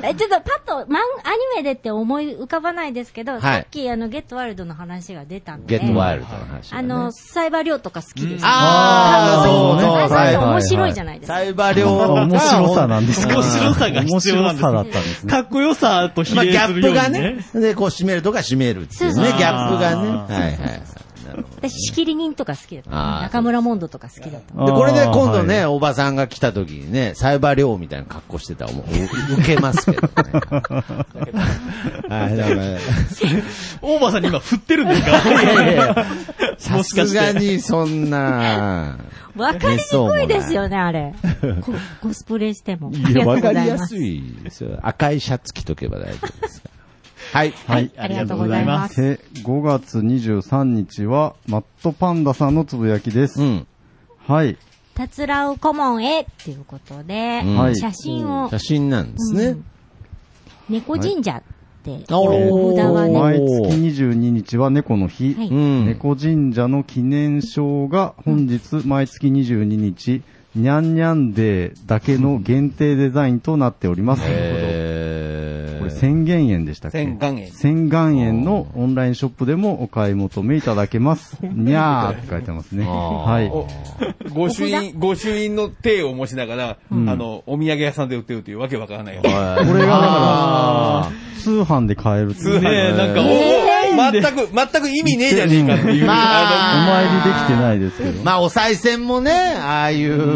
G: え、ちょっとパッと、マン、アニメでって思い浮かばないですけど、
H: い
G: さっき、あの、ゲットワイルドの話が出たん
H: ゲ
G: で。
H: ットワイルドの話、
G: あの、、サイバー量とか好きです。
H: あーそうそう
G: あれだと
F: はい
G: 面白いじゃないですか
H: サ。イバー量
F: あ面白さなんですか
E: 面白さが必要なんですね
F: 面白さだったんですね。
E: かっこよさと比
H: まあ、ギ
E: 例
H: ャ
E: す
H: ッ
E: るよう
H: プ
E: にね。
H: がね、で、こう、締めるとか締めるっていうね、ギャップがね。
E: あー
H: はいはいはい。なるほど。
G: 私、仕切り人とか好きだった。
H: あー
G: 中村モンドとか好きだった。
H: で、これで今度
F: あ
H: ね、
F: ー、
H: おばさんが来た時にね、サイバー量みたいな格好してたらもう、う受けますけどね。はい、だから
E: オーバーさんに今振ってるんですか
H: いやいや
E: も
H: さ
E: しか
H: す
E: し
H: が
E: て。
H: にそんな、
G: わかりにくいですよね、あれ。こコスプレしても。
H: いや、
G: あ
H: わ
G: りがとうござ
H: かりや
G: ます
H: いですよ。赤いシャツ着とけば大丈夫ですから。はい。
G: はいありがとうございます
F: で、5月23日は、マットパンダさんのつぶやきです。
H: うん。
F: はい。
G: たつらう顧問へっていうことで、
H: ん
F: はい
G: 写真を
H: 写真なんですね。
G: 猫神社って、
H: はい
G: お札はね、
F: 毎月22日は猫の日。
G: はい
H: うん。
F: 猫神社の記念賞が本日毎月22日、にゃんにゃんデーだけの限定デザインとなっております。ということで
H: えー
F: これ千元園でしたっけ
J: 千元園
F: 千元園のオンラインショップでもお買い求めいただ けます。にゃーって書いてますね。はい。
J: おご朱印、ご朱印の手を持ちながら、
F: うん
J: あの、お土産屋さんで売ってるというわけわからないよ。こ
F: これがだから、通販で買える
J: 通販ねえなんかおお全く、全く意味ねえじゃねえかっていう。
F: まあ、お参りできてないですけど。
H: まあ、お賽銭もね、ああいう、
F: ま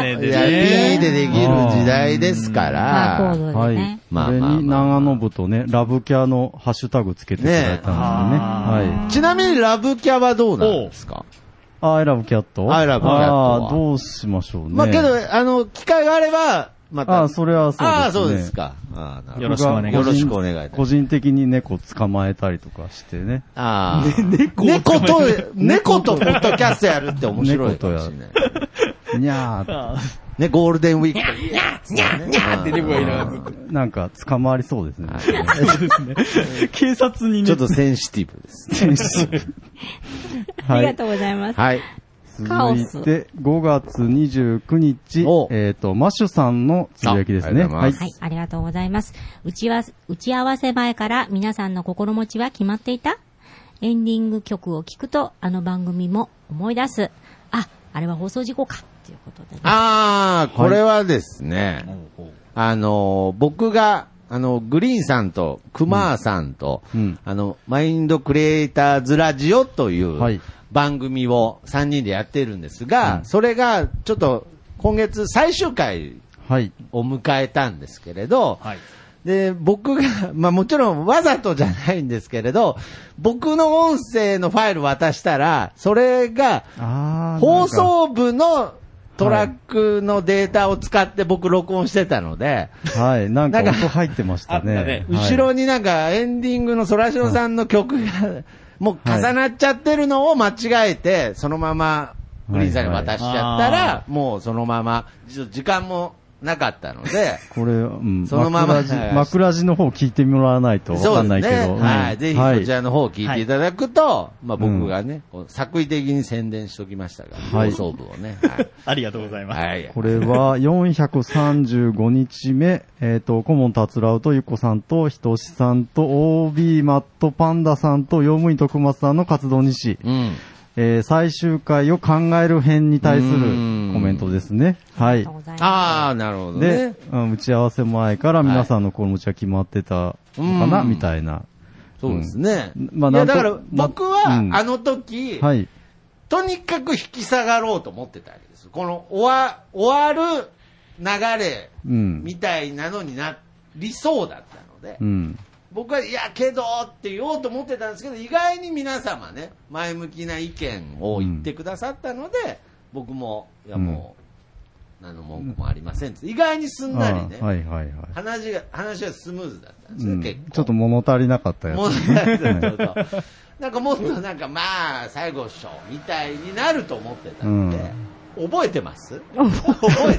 H: こう
F: です
H: い
F: ね
H: や、P でできる時代ですから、
F: はい。これに長野部とね、ラブキャのハッシュタグつけていただいたんですよね。はい。
H: ちなみにラブキャはどうなんですか
F: アイラブキャット
H: アイラブキャットは
F: ああ、どうしましょうね。
H: まあけど、あの、機会があれば、また。
F: ああ、それはそうです、ね。
H: ああ、そうですか。ああなるほど
F: 僕が
H: よろしくお願いいたします
F: 個人的に猫捕まえたりとかしてね。
H: ああ。猫と、猫とポッドキャストやるって面白いかもしれない。
F: にゃーって。
H: ね、ゴールデンウィークとかね。
J: にゃにゃって猫がいながらずっと。
F: なんか、捕まりそうですね。
E: 警察にね。
H: ちょっとセンシティブです。
F: センシティブ
G: ありがとうございます。
H: はい。
G: カオ
F: 続い
G: ス
F: て、5月29日、えっ、と、マッシュさんのつぶやきですね。
G: はい、ありがとうございます。打ちは打ち合わせ前から皆さんの心持ちは決まっていたエンディング曲を聞くと、あの番組も思い出す。あ、あれは放送事故か。っていうことでね。
H: ああ、これはですね、あのー、僕が、あの、グリーンさんと、クマーさんと、あの、マインドクリエイターズラジオという、番組を3人でやってるんですが、それが、ちょっと、今月最終回を迎えたんですけれど、で、僕が、 まあもちろんわざとじゃないんですけれど、僕の音声のファイル渡したら、それが、
F: あー
H: 放送部のトラックのデータを使って僕録音してたので、
F: はい、なんか
H: なんか
F: 音入ってましたね。
H: 後ろになんかエンディングのそらしろさんの曲が、もう重なっちゃってるのを間違えて、そのままグリーンさんに渡しちゃった
F: はい
H: ら、もうそのまま、ちょっと時間もなかったので、
F: これ、うん、
H: そのまま
F: 枕地枕地の方聞いてもらわないとわ
H: そ
F: か
H: うん
F: ない
H: で
F: け
H: すね。
F: ど。
H: は
F: う
H: い。
F: ん
H: ぜひそちらの方を聞いていただくと、まあ僕がね、こう作為的に宣伝しときましたが、
F: はい
H: 放送部を ね。はい、
E: ありがとうございます。
H: はい。
F: これ は435日目、えっ、と、顧問達郎とゆっこさんと、ひとしさんと、OB マットパンダさんと、用務員徳松さんの活動日誌、えー最終回を考える編に対するコメントですね。はい。
H: ああ、なるほど
F: で
H: ね。、
F: うん打ち合わせ前から皆さんの心持ちは決まってたのかな、
H: うん
F: みたいな。
H: そうですね。
F: うんまあ
H: いや、
F: なんと
H: だから僕は、
F: うん
H: あの時、
F: はい。
H: とにかく引き下がろうと思ってたわけです。この終わ、終わる流れ
F: うん
H: みたいなのになりそうだったので、
F: うん。
H: 僕は、いや、けどって言おうと思ってたんですけど、意外に皆様ね、前向きな意見を言ってくださったので、僕も、いや、もう、何の文句もありませんって意外にすんなりね、
F: あーはいはいはい。
H: 話が、話がスムーズだったんです
F: う
H: ね、
F: ん
H: 結
F: ちょっと物足りなかったやつ。
H: 物足りなかったやつ
F: はい
H: そうそうなんかもっとなんか、まあ、最後っしょ、みたいになると思ってた
F: う
H: の
F: ん
H: で、覚えてます
G: 覚え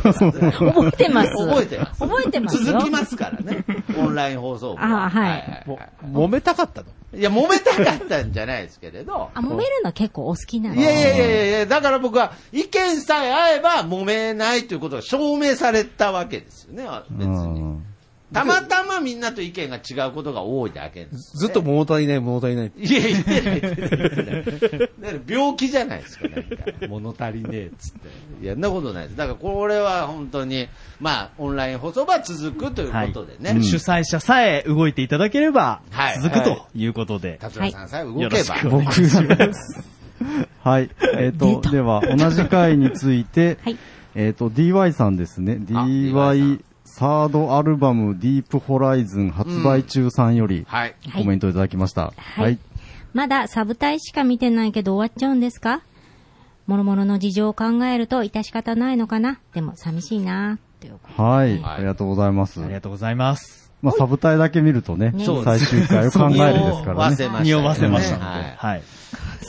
G: てます。
H: 覚えてます。
G: 覚えてますよ
H: 続きますからね。オンライン放送部。
G: ああ、はい。
H: 揉めたかったのいや、揉めたかったんじゃないですけれど。
G: あ、揉めるの結構お好きなの
H: いやいやいやいや、だから僕は意見さえ合えば揉めないということが証明されたわけですよね。
F: うん
H: たまたまみんなと意見が違うことが多いだけです。
J: ずっと物足りない、物足りない。
H: いや、言ってない、言ってない言ってない。だから病気じゃないですか、なんか。物足りねえっつって。いや、そんなことないです。だからこれは本当に、まあ、オンライン放送は続くということでね。
E: うん主催者さえ動いていただければ
H: は、い
E: 続くということで。
H: 達郎さんさえ動けば
E: よろしくお願い
F: 僕
E: し
F: が
E: ま。
F: ですはい。えっ、と、では、同じ回について、えっと、DY さんですね。DY サードアルバム、ディープホライズン発売中さんより、
H: はい
F: コメントいただきました。
G: はい
F: はい。
G: まだサブ隊しか見てないけど終わっちゃうんですかもろもろの事情を考えると致し方ないのかなでも寂しいなっていう。
F: はい。ありがとうございます。あり
E: がとうございます。
F: まあ、サブタイだけ見るとね、
G: ね
F: 最終回を考えるですからね。
E: 匂わせましたので。
H: はい
E: はい。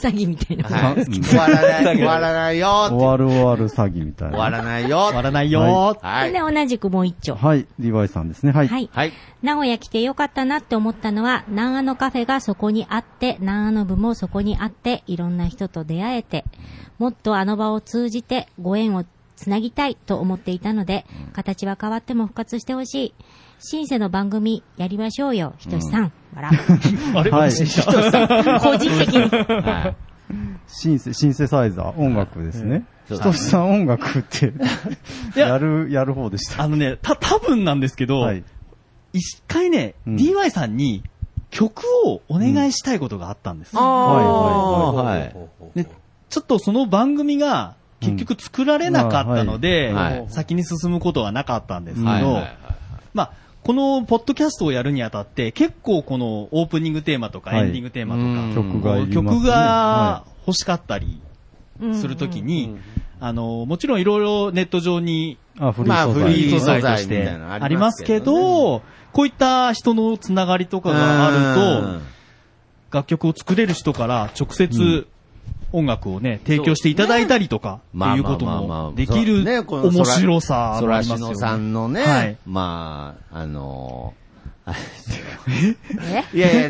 G: 詐欺みたいな。
F: はい
H: 終わらない終わらないよーって
F: 終わる終わる詐欺みたいな。
H: 終わらないよーって。終わら
E: ない
F: よーって
H: はい。
G: で、同じくもう一丁。
F: はい。DY さんですね。はい。
G: はい
H: はい。
G: 名古屋来てよかったなって思ったのは、南アのカフェがそこにあって、南アの部もそこにあって、いろんな人と出会えて、もっとあの場を通じてご縁をつなぎたいと思っていたので、形は変わっても復活してほしい。シンセの番組やりましょうよ、ひとしさん。笑。
F: あれはい
G: ひとしさん。個人的に。
F: はシンセ、シンセサイザー、音楽ですね。
E: ええ
F: ひとしさん音楽って、やる、やる方でした。
E: あのね、た、多分なんですけど、一回ね、DY さんに曲をお願いしたいことがあったんです。
H: うんあーはいはいはい
E: でちょっとその番組が結局作られなかったので、
H: うんはいはい
E: 先に進むことはなかったんですけど、
H: はいはいはい
E: まあ、このポッドキャストをやるにあたって、結構このオープニングテーマとか
F: はい
E: エンディングテーマとか、
F: 曲がいりますね
E: 曲が
F: は
E: 欲しかったりするときに、あの、もちろんいろいろネット上に、
F: あフリー素材
E: まあフリー素材とし
H: フリー素材み
E: て
H: たいなの
E: あ
H: あり
E: りま
H: ますす
E: け
H: け
E: ど、こういった人のつながりとかがあると、楽曲を作れる人から直接音楽をね、提供していただいたりとか、っていうこともできる
H: ねこの
E: 面白さ
H: そ
E: もあ
H: ら
E: り
H: し
E: ますよ
H: の
E: ね。
H: さんのね、
E: はい
H: まあ、あのー、あ
G: え
H: いやいや、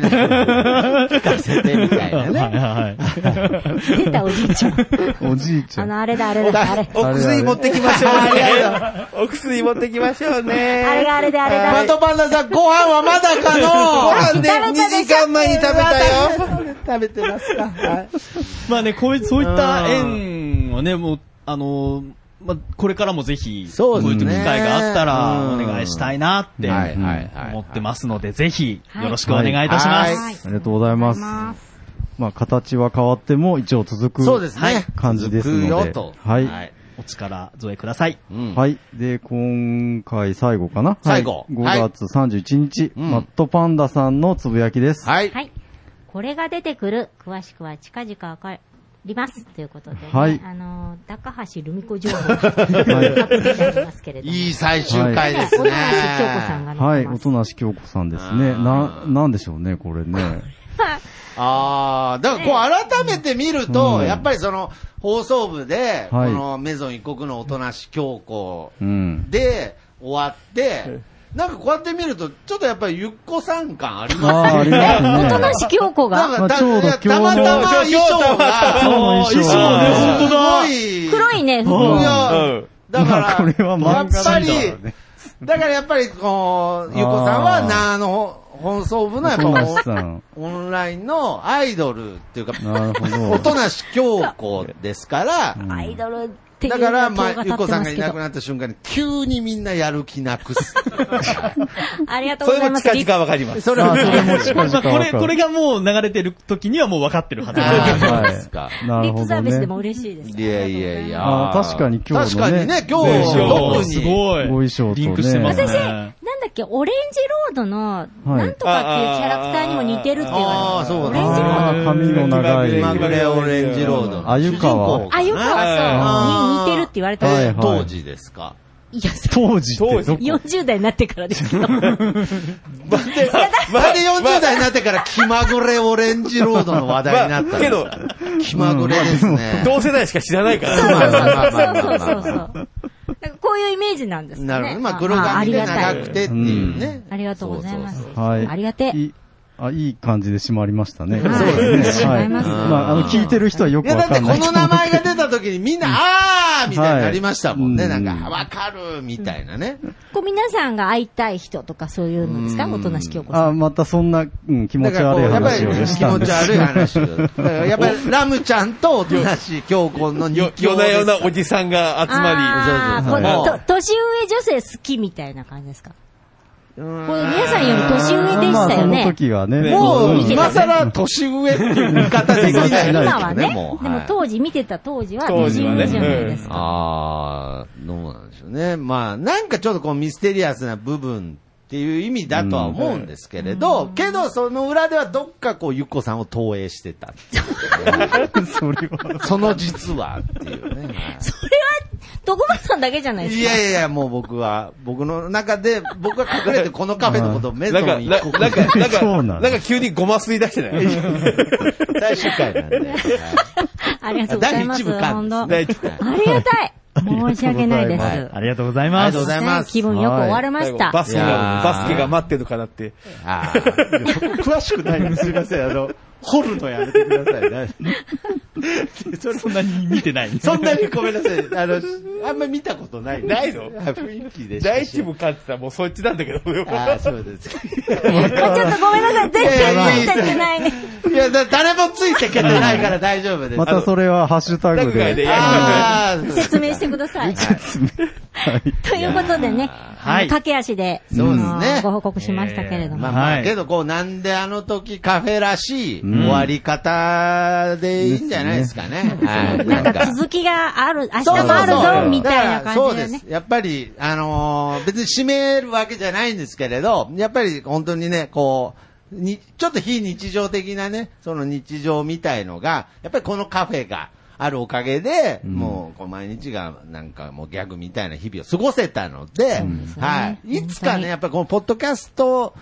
H: 聞かせてみたいなね。
G: 出たおじいちゃん。
F: おじいち
G: あの、あれだ、あれだ、あれ。
J: お薬持ってきましょう
H: あれあれ
J: ね。お薬持ってきましょうね。
G: あれがあれであれだ
J: バトパンダさん、ご飯はまだかの
H: ご飯
J: ご飯
H: 食べ
J: ね、
H: た
J: 2
H: でしょ
J: 時間前に食べたよ。
H: 食べてますかはい。
E: まあね、こういう、そういった縁をね、もう、あのー、まあ、これからもぜひ、
H: そうですね
E: こういった機会があったら、お
H: うん
E: 願いしたいなって、
H: はいはい
E: 思ってますので、ぜひ、よろしくお願いいたします。
F: はいありがとうございます。まあ、形は変わっても一応続く
E: そうですね
F: はい感じですので。
E: 続くよと
F: はい。
E: お力添えください。
F: はい。で、今回最後かな
E: 最後
F: はい、5月31日、マットパンダさんのつぶやきです。
H: はい
G: はい。これが出てくる。詳しくは近々わかります。ということでね、
F: はい
G: あのー、高橋留美子情報が発表してありますけれども。
H: いい最終回ですね。
G: はい京子さんが載
F: は
G: っ
F: い、
G: てま
F: お
G: す。
F: となし京子さんですね。な、なんでしょうね、これね。
H: ああ、だからこう改めて見ると、
F: うん
H: やっぱりその放送部で、
F: はい
H: このメゾン一国のおとなし教皇
F: うん。
H: で終わって、なんかこうやって見ると、ちょっとやっぱりゆっこさん感あり
F: あー
H: ま
F: あ
H: す
F: り
H: よ
F: ますね
H: ね。
F: おとなし
G: 京子
H: が なんか
F: まあ
H: た
F: ちょうど今日の
H: たまたま衣装が、
F: 今日の衣
H: あ
F: 装
H: ー
F: 本当だ
H: すごい。
G: 黒いね、
H: うんいやだから、
F: まあこれは
H: や
F: 漫
H: っ
F: 画
H: ぱ
F: み
H: り
F: たいなね、
H: だからやっぱり、こう、ゆうこさんは、
F: あー
H: なあの、放送部のやっ
F: おとなしさ
H: ぱ
F: ん、
H: オンラインのアイドルっていうか、
F: なるほど
H: おとなし強子ですから、
G: アイドルっていう
H: だ
G: の
H: から、
G: は今
H: まあ、
G: 日が立
H: ゆうこ
G: ってま
H: さんが
G: す
H: い
G: け
H: な
G: ど
H: く。なった瞬間に、急にみんなやる気なくす。
G: ありがとうございます。
J: わかります
H: それも近
E: ま
H: 々わか
E: あ、
H: る
E: これ、これがもう流れてる時にはもう分かってるはず
H: はい
F: なる
G: リッ
F: ほ
G: プサ
F: ど
G: ービスで
F: ね。
G: も嬉しいです。
H: いやいやいや。
F: あー確かに今日の
H: 確か
F: ね。
H: にね、今日、
E: 今
H: 特
E: 日す
H: に。
E: ごい。
F: ご衣装とね
E: リンクしてますね。
F: 私
G: なんだっけ、オレンジロードの、
F: はい
G: なんとかっていうキャラクターにも似てるって言われて
H: そう
G: オレンジロ
F: あ
G: ー
F: ー髪の長い。
H: マグレオレンジロードの
F: あゆかわ
H: 主人公
G: ド。あ、ゆか
H: あ
G: は
H: ー
G: そう、に似てるって言われて
F: はいはい
G: る。
H: 当時ですか。
G: いや、そ
F: 当時ってどこ
G: 40代になってからです けど。
H: まで40代になってから気まぐれオレンジロードの話題になった。
K: けど、
H: 気まぐれですね。
K: 同世代しか知らないか
G: そうそう
K: ら。
G: そうそうそうそうそう。なんかこういうイメージなんですね。
H: なるほど。まあ、黒
G: ああ
H: 髪
G: り
H: で
G: がたい
H: 長くてっていうね。
G: ありがとうございます。
F: はい。
G: ありがてえ
F: いいあ、いい感じで締まりましたね。
G: はいそうですね締まります
F: まあ、あの、聞いてる人はよ
H: い
F: く
H: や、
F: わ
H: だって
F: かん
H: こ
F: ないと
H: の
F: 思う
H: 名前が出た時にみんな、あーみたいになりましたもんね。
F: は
H: ないんか、わかるみたいなね。
G: こう皆さんが会いたい人とかそういうのですかおとなしきお子さん。
F: あ、またそんな、うん、気持ち悪い
H: だからこう
F: 話をしたんです
H: やっぱり気持ち悪い話。だからやっぱり、ラムちゃんとおとなしい教皇の日
K: よ、
H: 記
K: 夜な夜なおじさんが集
G: あー
K: まり、
G: こ
K: も
G: うと年上女性好きみたいな感じですか
H: うーん
G: こう皆さんより年上で
F: ま
G: し
F: あ、
G: たよ
F: その
G: ね。
F: 時はね。
H: もう、
F: ん
H: 今更年上っていう言い方でき
G: そうで
H: ないです
G: す
H: けど
G: ね今はね。で
H: も
G: も
H: うはい
G: 当時、見てた当時は
K: 当時は
G: 20
K: ね
G: 以上ですか。
H: ああ、どうなんでしょうね。まあ、なんかちょっとこうミステリアスな部分っていう意味だとは思うんですけれど、けどその裏ではどっかこうゆっこさんを投影してたっていうね。その実はっていうね。
G: それは、徳松さんだけじゃないですか。
H: いやいやいや、もう僕は、僕の中で、僕は隠れてこのカフェのことをメ
K: う、
H: ゾ
K: なんか、
H: ン
K: な
H: 一
K: ん
H: 国
K: か、なんか、
F: そう
K: な
F: な
K: か、
F: んん
K: な
F: だ
K: んか急にごま吸い出してない
H: 最終回なんで。はい
G: ありがとうございます。
H: 第一部か
G: 本当あ
K: 第
G: り
K: 一部
G: がたい。申し訳ないです。
H: あり
E: ありがとうござい
H: あ
E: ます。
H: りがとうございます
G: 気分よく終われま
K: 最
G: し
K: 後
G: た。
K: バスケ
H: いや
K: が、
H: ー
K: バスケが待ってるのかなって。
H: ああ、詳しくないんです。すいません。あの、掘るのやめてくださいね。
E: そんなに見てない。
H: そんなにごめんなさい。あの、 あんまり見たことない。
J: ないの
H: あ雰囲気でしか
J: 第一部勝ってたらもうそっちなんだけど、俺
H: あ
J: は
H: ーそうですか。
G: ちょっとごめんなさい、全然ついてってない。
H: いや、だ誰もついてきてないから大丈夫です。
F: またそれはハッシュタグ
J: 落外
F: で。
J: でやりま
H: あー
G: 説明してください。ということでね、あ
H: は
G: の
H: い
G: 駆け足で、あ
H: そうですね
G: のご報告しましたけれども。
H: まあま
E: は
H: あ、
E: い
H: けどこう、なんであの時カフェらしい終わり方でいいんじゃないですかね。はい
G: なんか続きがある、明日
H: そうそう
G: もある
H: そう
G: ぞ、みたいな感じ
H: だか
G: で
H: らそう
G: ね
H: です。。やっぱり、あのー別に締めるわけじゃないんですけれど、やっぱり本当にね、こう、に、ちょっと非日常的なね、その日常みたいのが、やっぱりこのカフェが、あるおかげで、もう、こう、毎日が、なんか、もうギャグみたいな日々を過ごせたので、
G: すね
H: はい。いつ
G: 本
H: か
G: 当に
H: ね、やっぱりこのポッドキャスト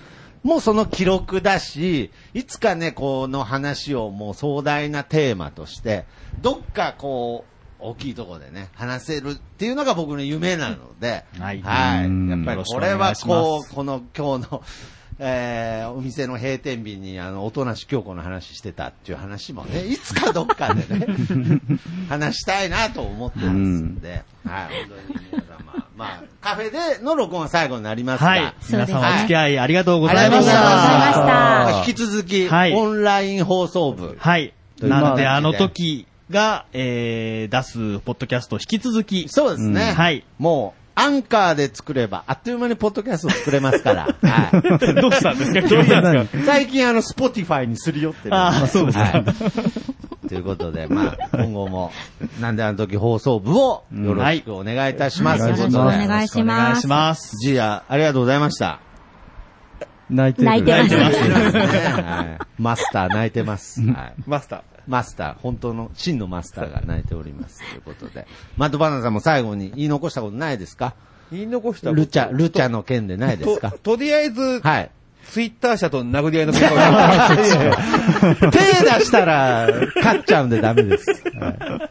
H: もその記録だし、いつかね、この話をもう壮大なテーマとして、どっかこう、大きいところでね、話せるっていうのが僕の夢なので、
E: はい
F: うん
H: やっぱりこれ
E: よろ
H: は
E: しくお願
H: こ
E: いしま
H: う、この今日の、 えーお店の閉店日に、あの、音無し京子の話してたっていう話も ね、いつかどっかでね、話したいなと思ってますんで、はい、本当に皆様、まあ、カフェでの録音は最後になりますが、
E: はい。皆さん
H: はい
E: お付き合いありがとうござ
H: あり
E: い
H: が
E: ま
H: とうござ
E: し。
H: いました
G: ありがとうございました
H: 引き続き、
E: はい
H: オンライン放送部。
E: はい。
H: ということで
E: なので、あの時が、えー、出すポッドキャスト引き続き。
H: そうですね。
E: うんはい
H: もう、アンカーで作れば、あっという間にポッドキャスト作れます から。はい
E: どうしたんですかどうしたんですか
H: 最近、あの、スポティファイにすり寄ってる。
E: ああ、そうですか。
H: はい ということで、まあ、今後も、なんであの時放送部をよろしくお願いいたします。
G: よろしくお
H: ということで
G: 願いし
E: お願
G: ま
E: い
G: す
E: し。ます。
H: ジーヤ、ありがとうございました。
F: 泣いてる。
G: 泣いてます。
H: はいマスター泣いてます。はい
J: マスター。
H: マスター、本当の、真のマスターが泣いております。ということで。マッドバナナさんも最後に言い残したことないですか
J: 言い残したこと
H: ルチャ、ルチャの件でないですか
J: と、とりあえず、
H: はい。
J: ツイッター社と殴り合いの結果が
H: 手出したら、勝っちゃうんでダメです。は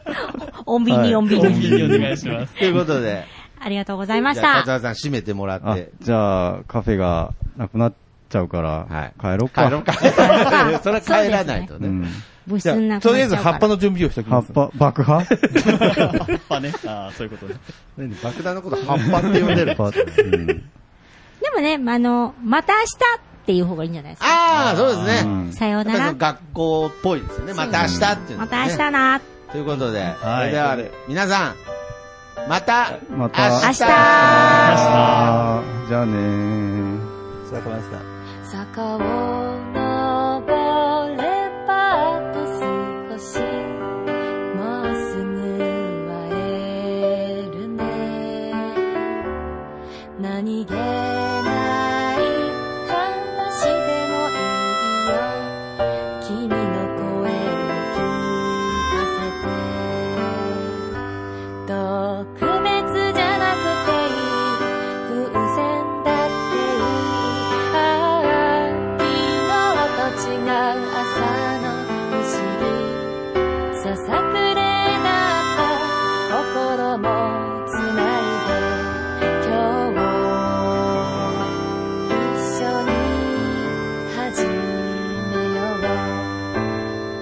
G: おんびにおんび
E: お気に
G: に。
E: お願いします。
H: いということで、
G: ありがとうございまし
H: じゃ
G: た
H: あ、田。沢さん締めてもら
F: あ
H: って。、
F: じゃあ、カフェがなくなっちゃうから、
H: はい
F: 帰ろうか。
H: 帰ろうか。それは帰らないと
F: う
H: ね。
F: ん。
G: 部
J: じゃ
G: 室の
J: あ
G: 中
J: とりあえず葉っぱの準備をしておき
F: 葉
J: ま
F: っ
J: す。
F: ぱ、爆 破
E: やっぱね、ああ、そういうことね。
H: 何爆弾のこと葉っぱって呼んで る。
F: うん
G: でもね、まあの、また明日っていう方がいいんじゃないですか。
H: ああ、そうですね。
G: さような
H: や
G: ら
H: っ。ぱり学校っぽいですよね。また明日っていうの
G: ま
H: がね
G: た明日な。
H: ということで、
E: はい
H: それでは皆さん、また、
F: また
G: 明日
F: あーじゃあねー。
J: わかりました。
L: 坂を登ればあと少しもうすぐ会えるね何気ない話でもいいよ君の声を聞かせて特別じゃなくていい偶然だっていいああ昨日と違う朝の不思議ささくれだった心もつないで今日を一緒に始めよう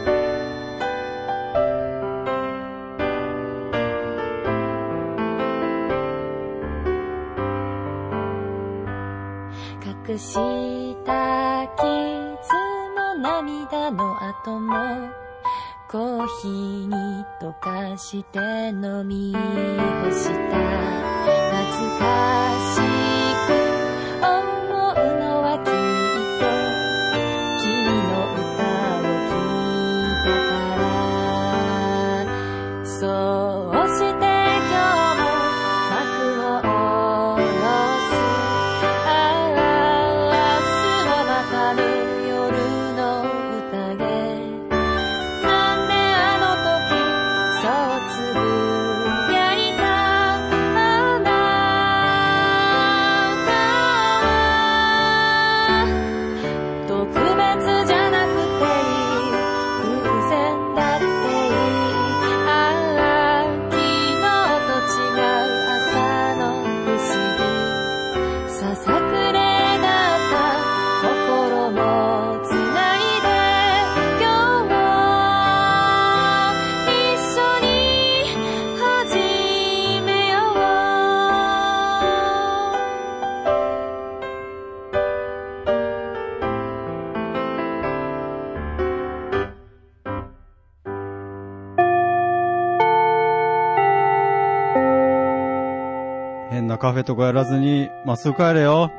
L: 隠した傷も涙の後もコーヒーに溶かして飲み干した懐かしく思うのはきっと君の歌を聴いてからそうして今日も幕を下ろすああ明日はまたの夜の宴なんであの時そうつぶやいたあな
H: カフェとかやらずに、まっすぐ帰れよ。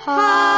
C: はーい。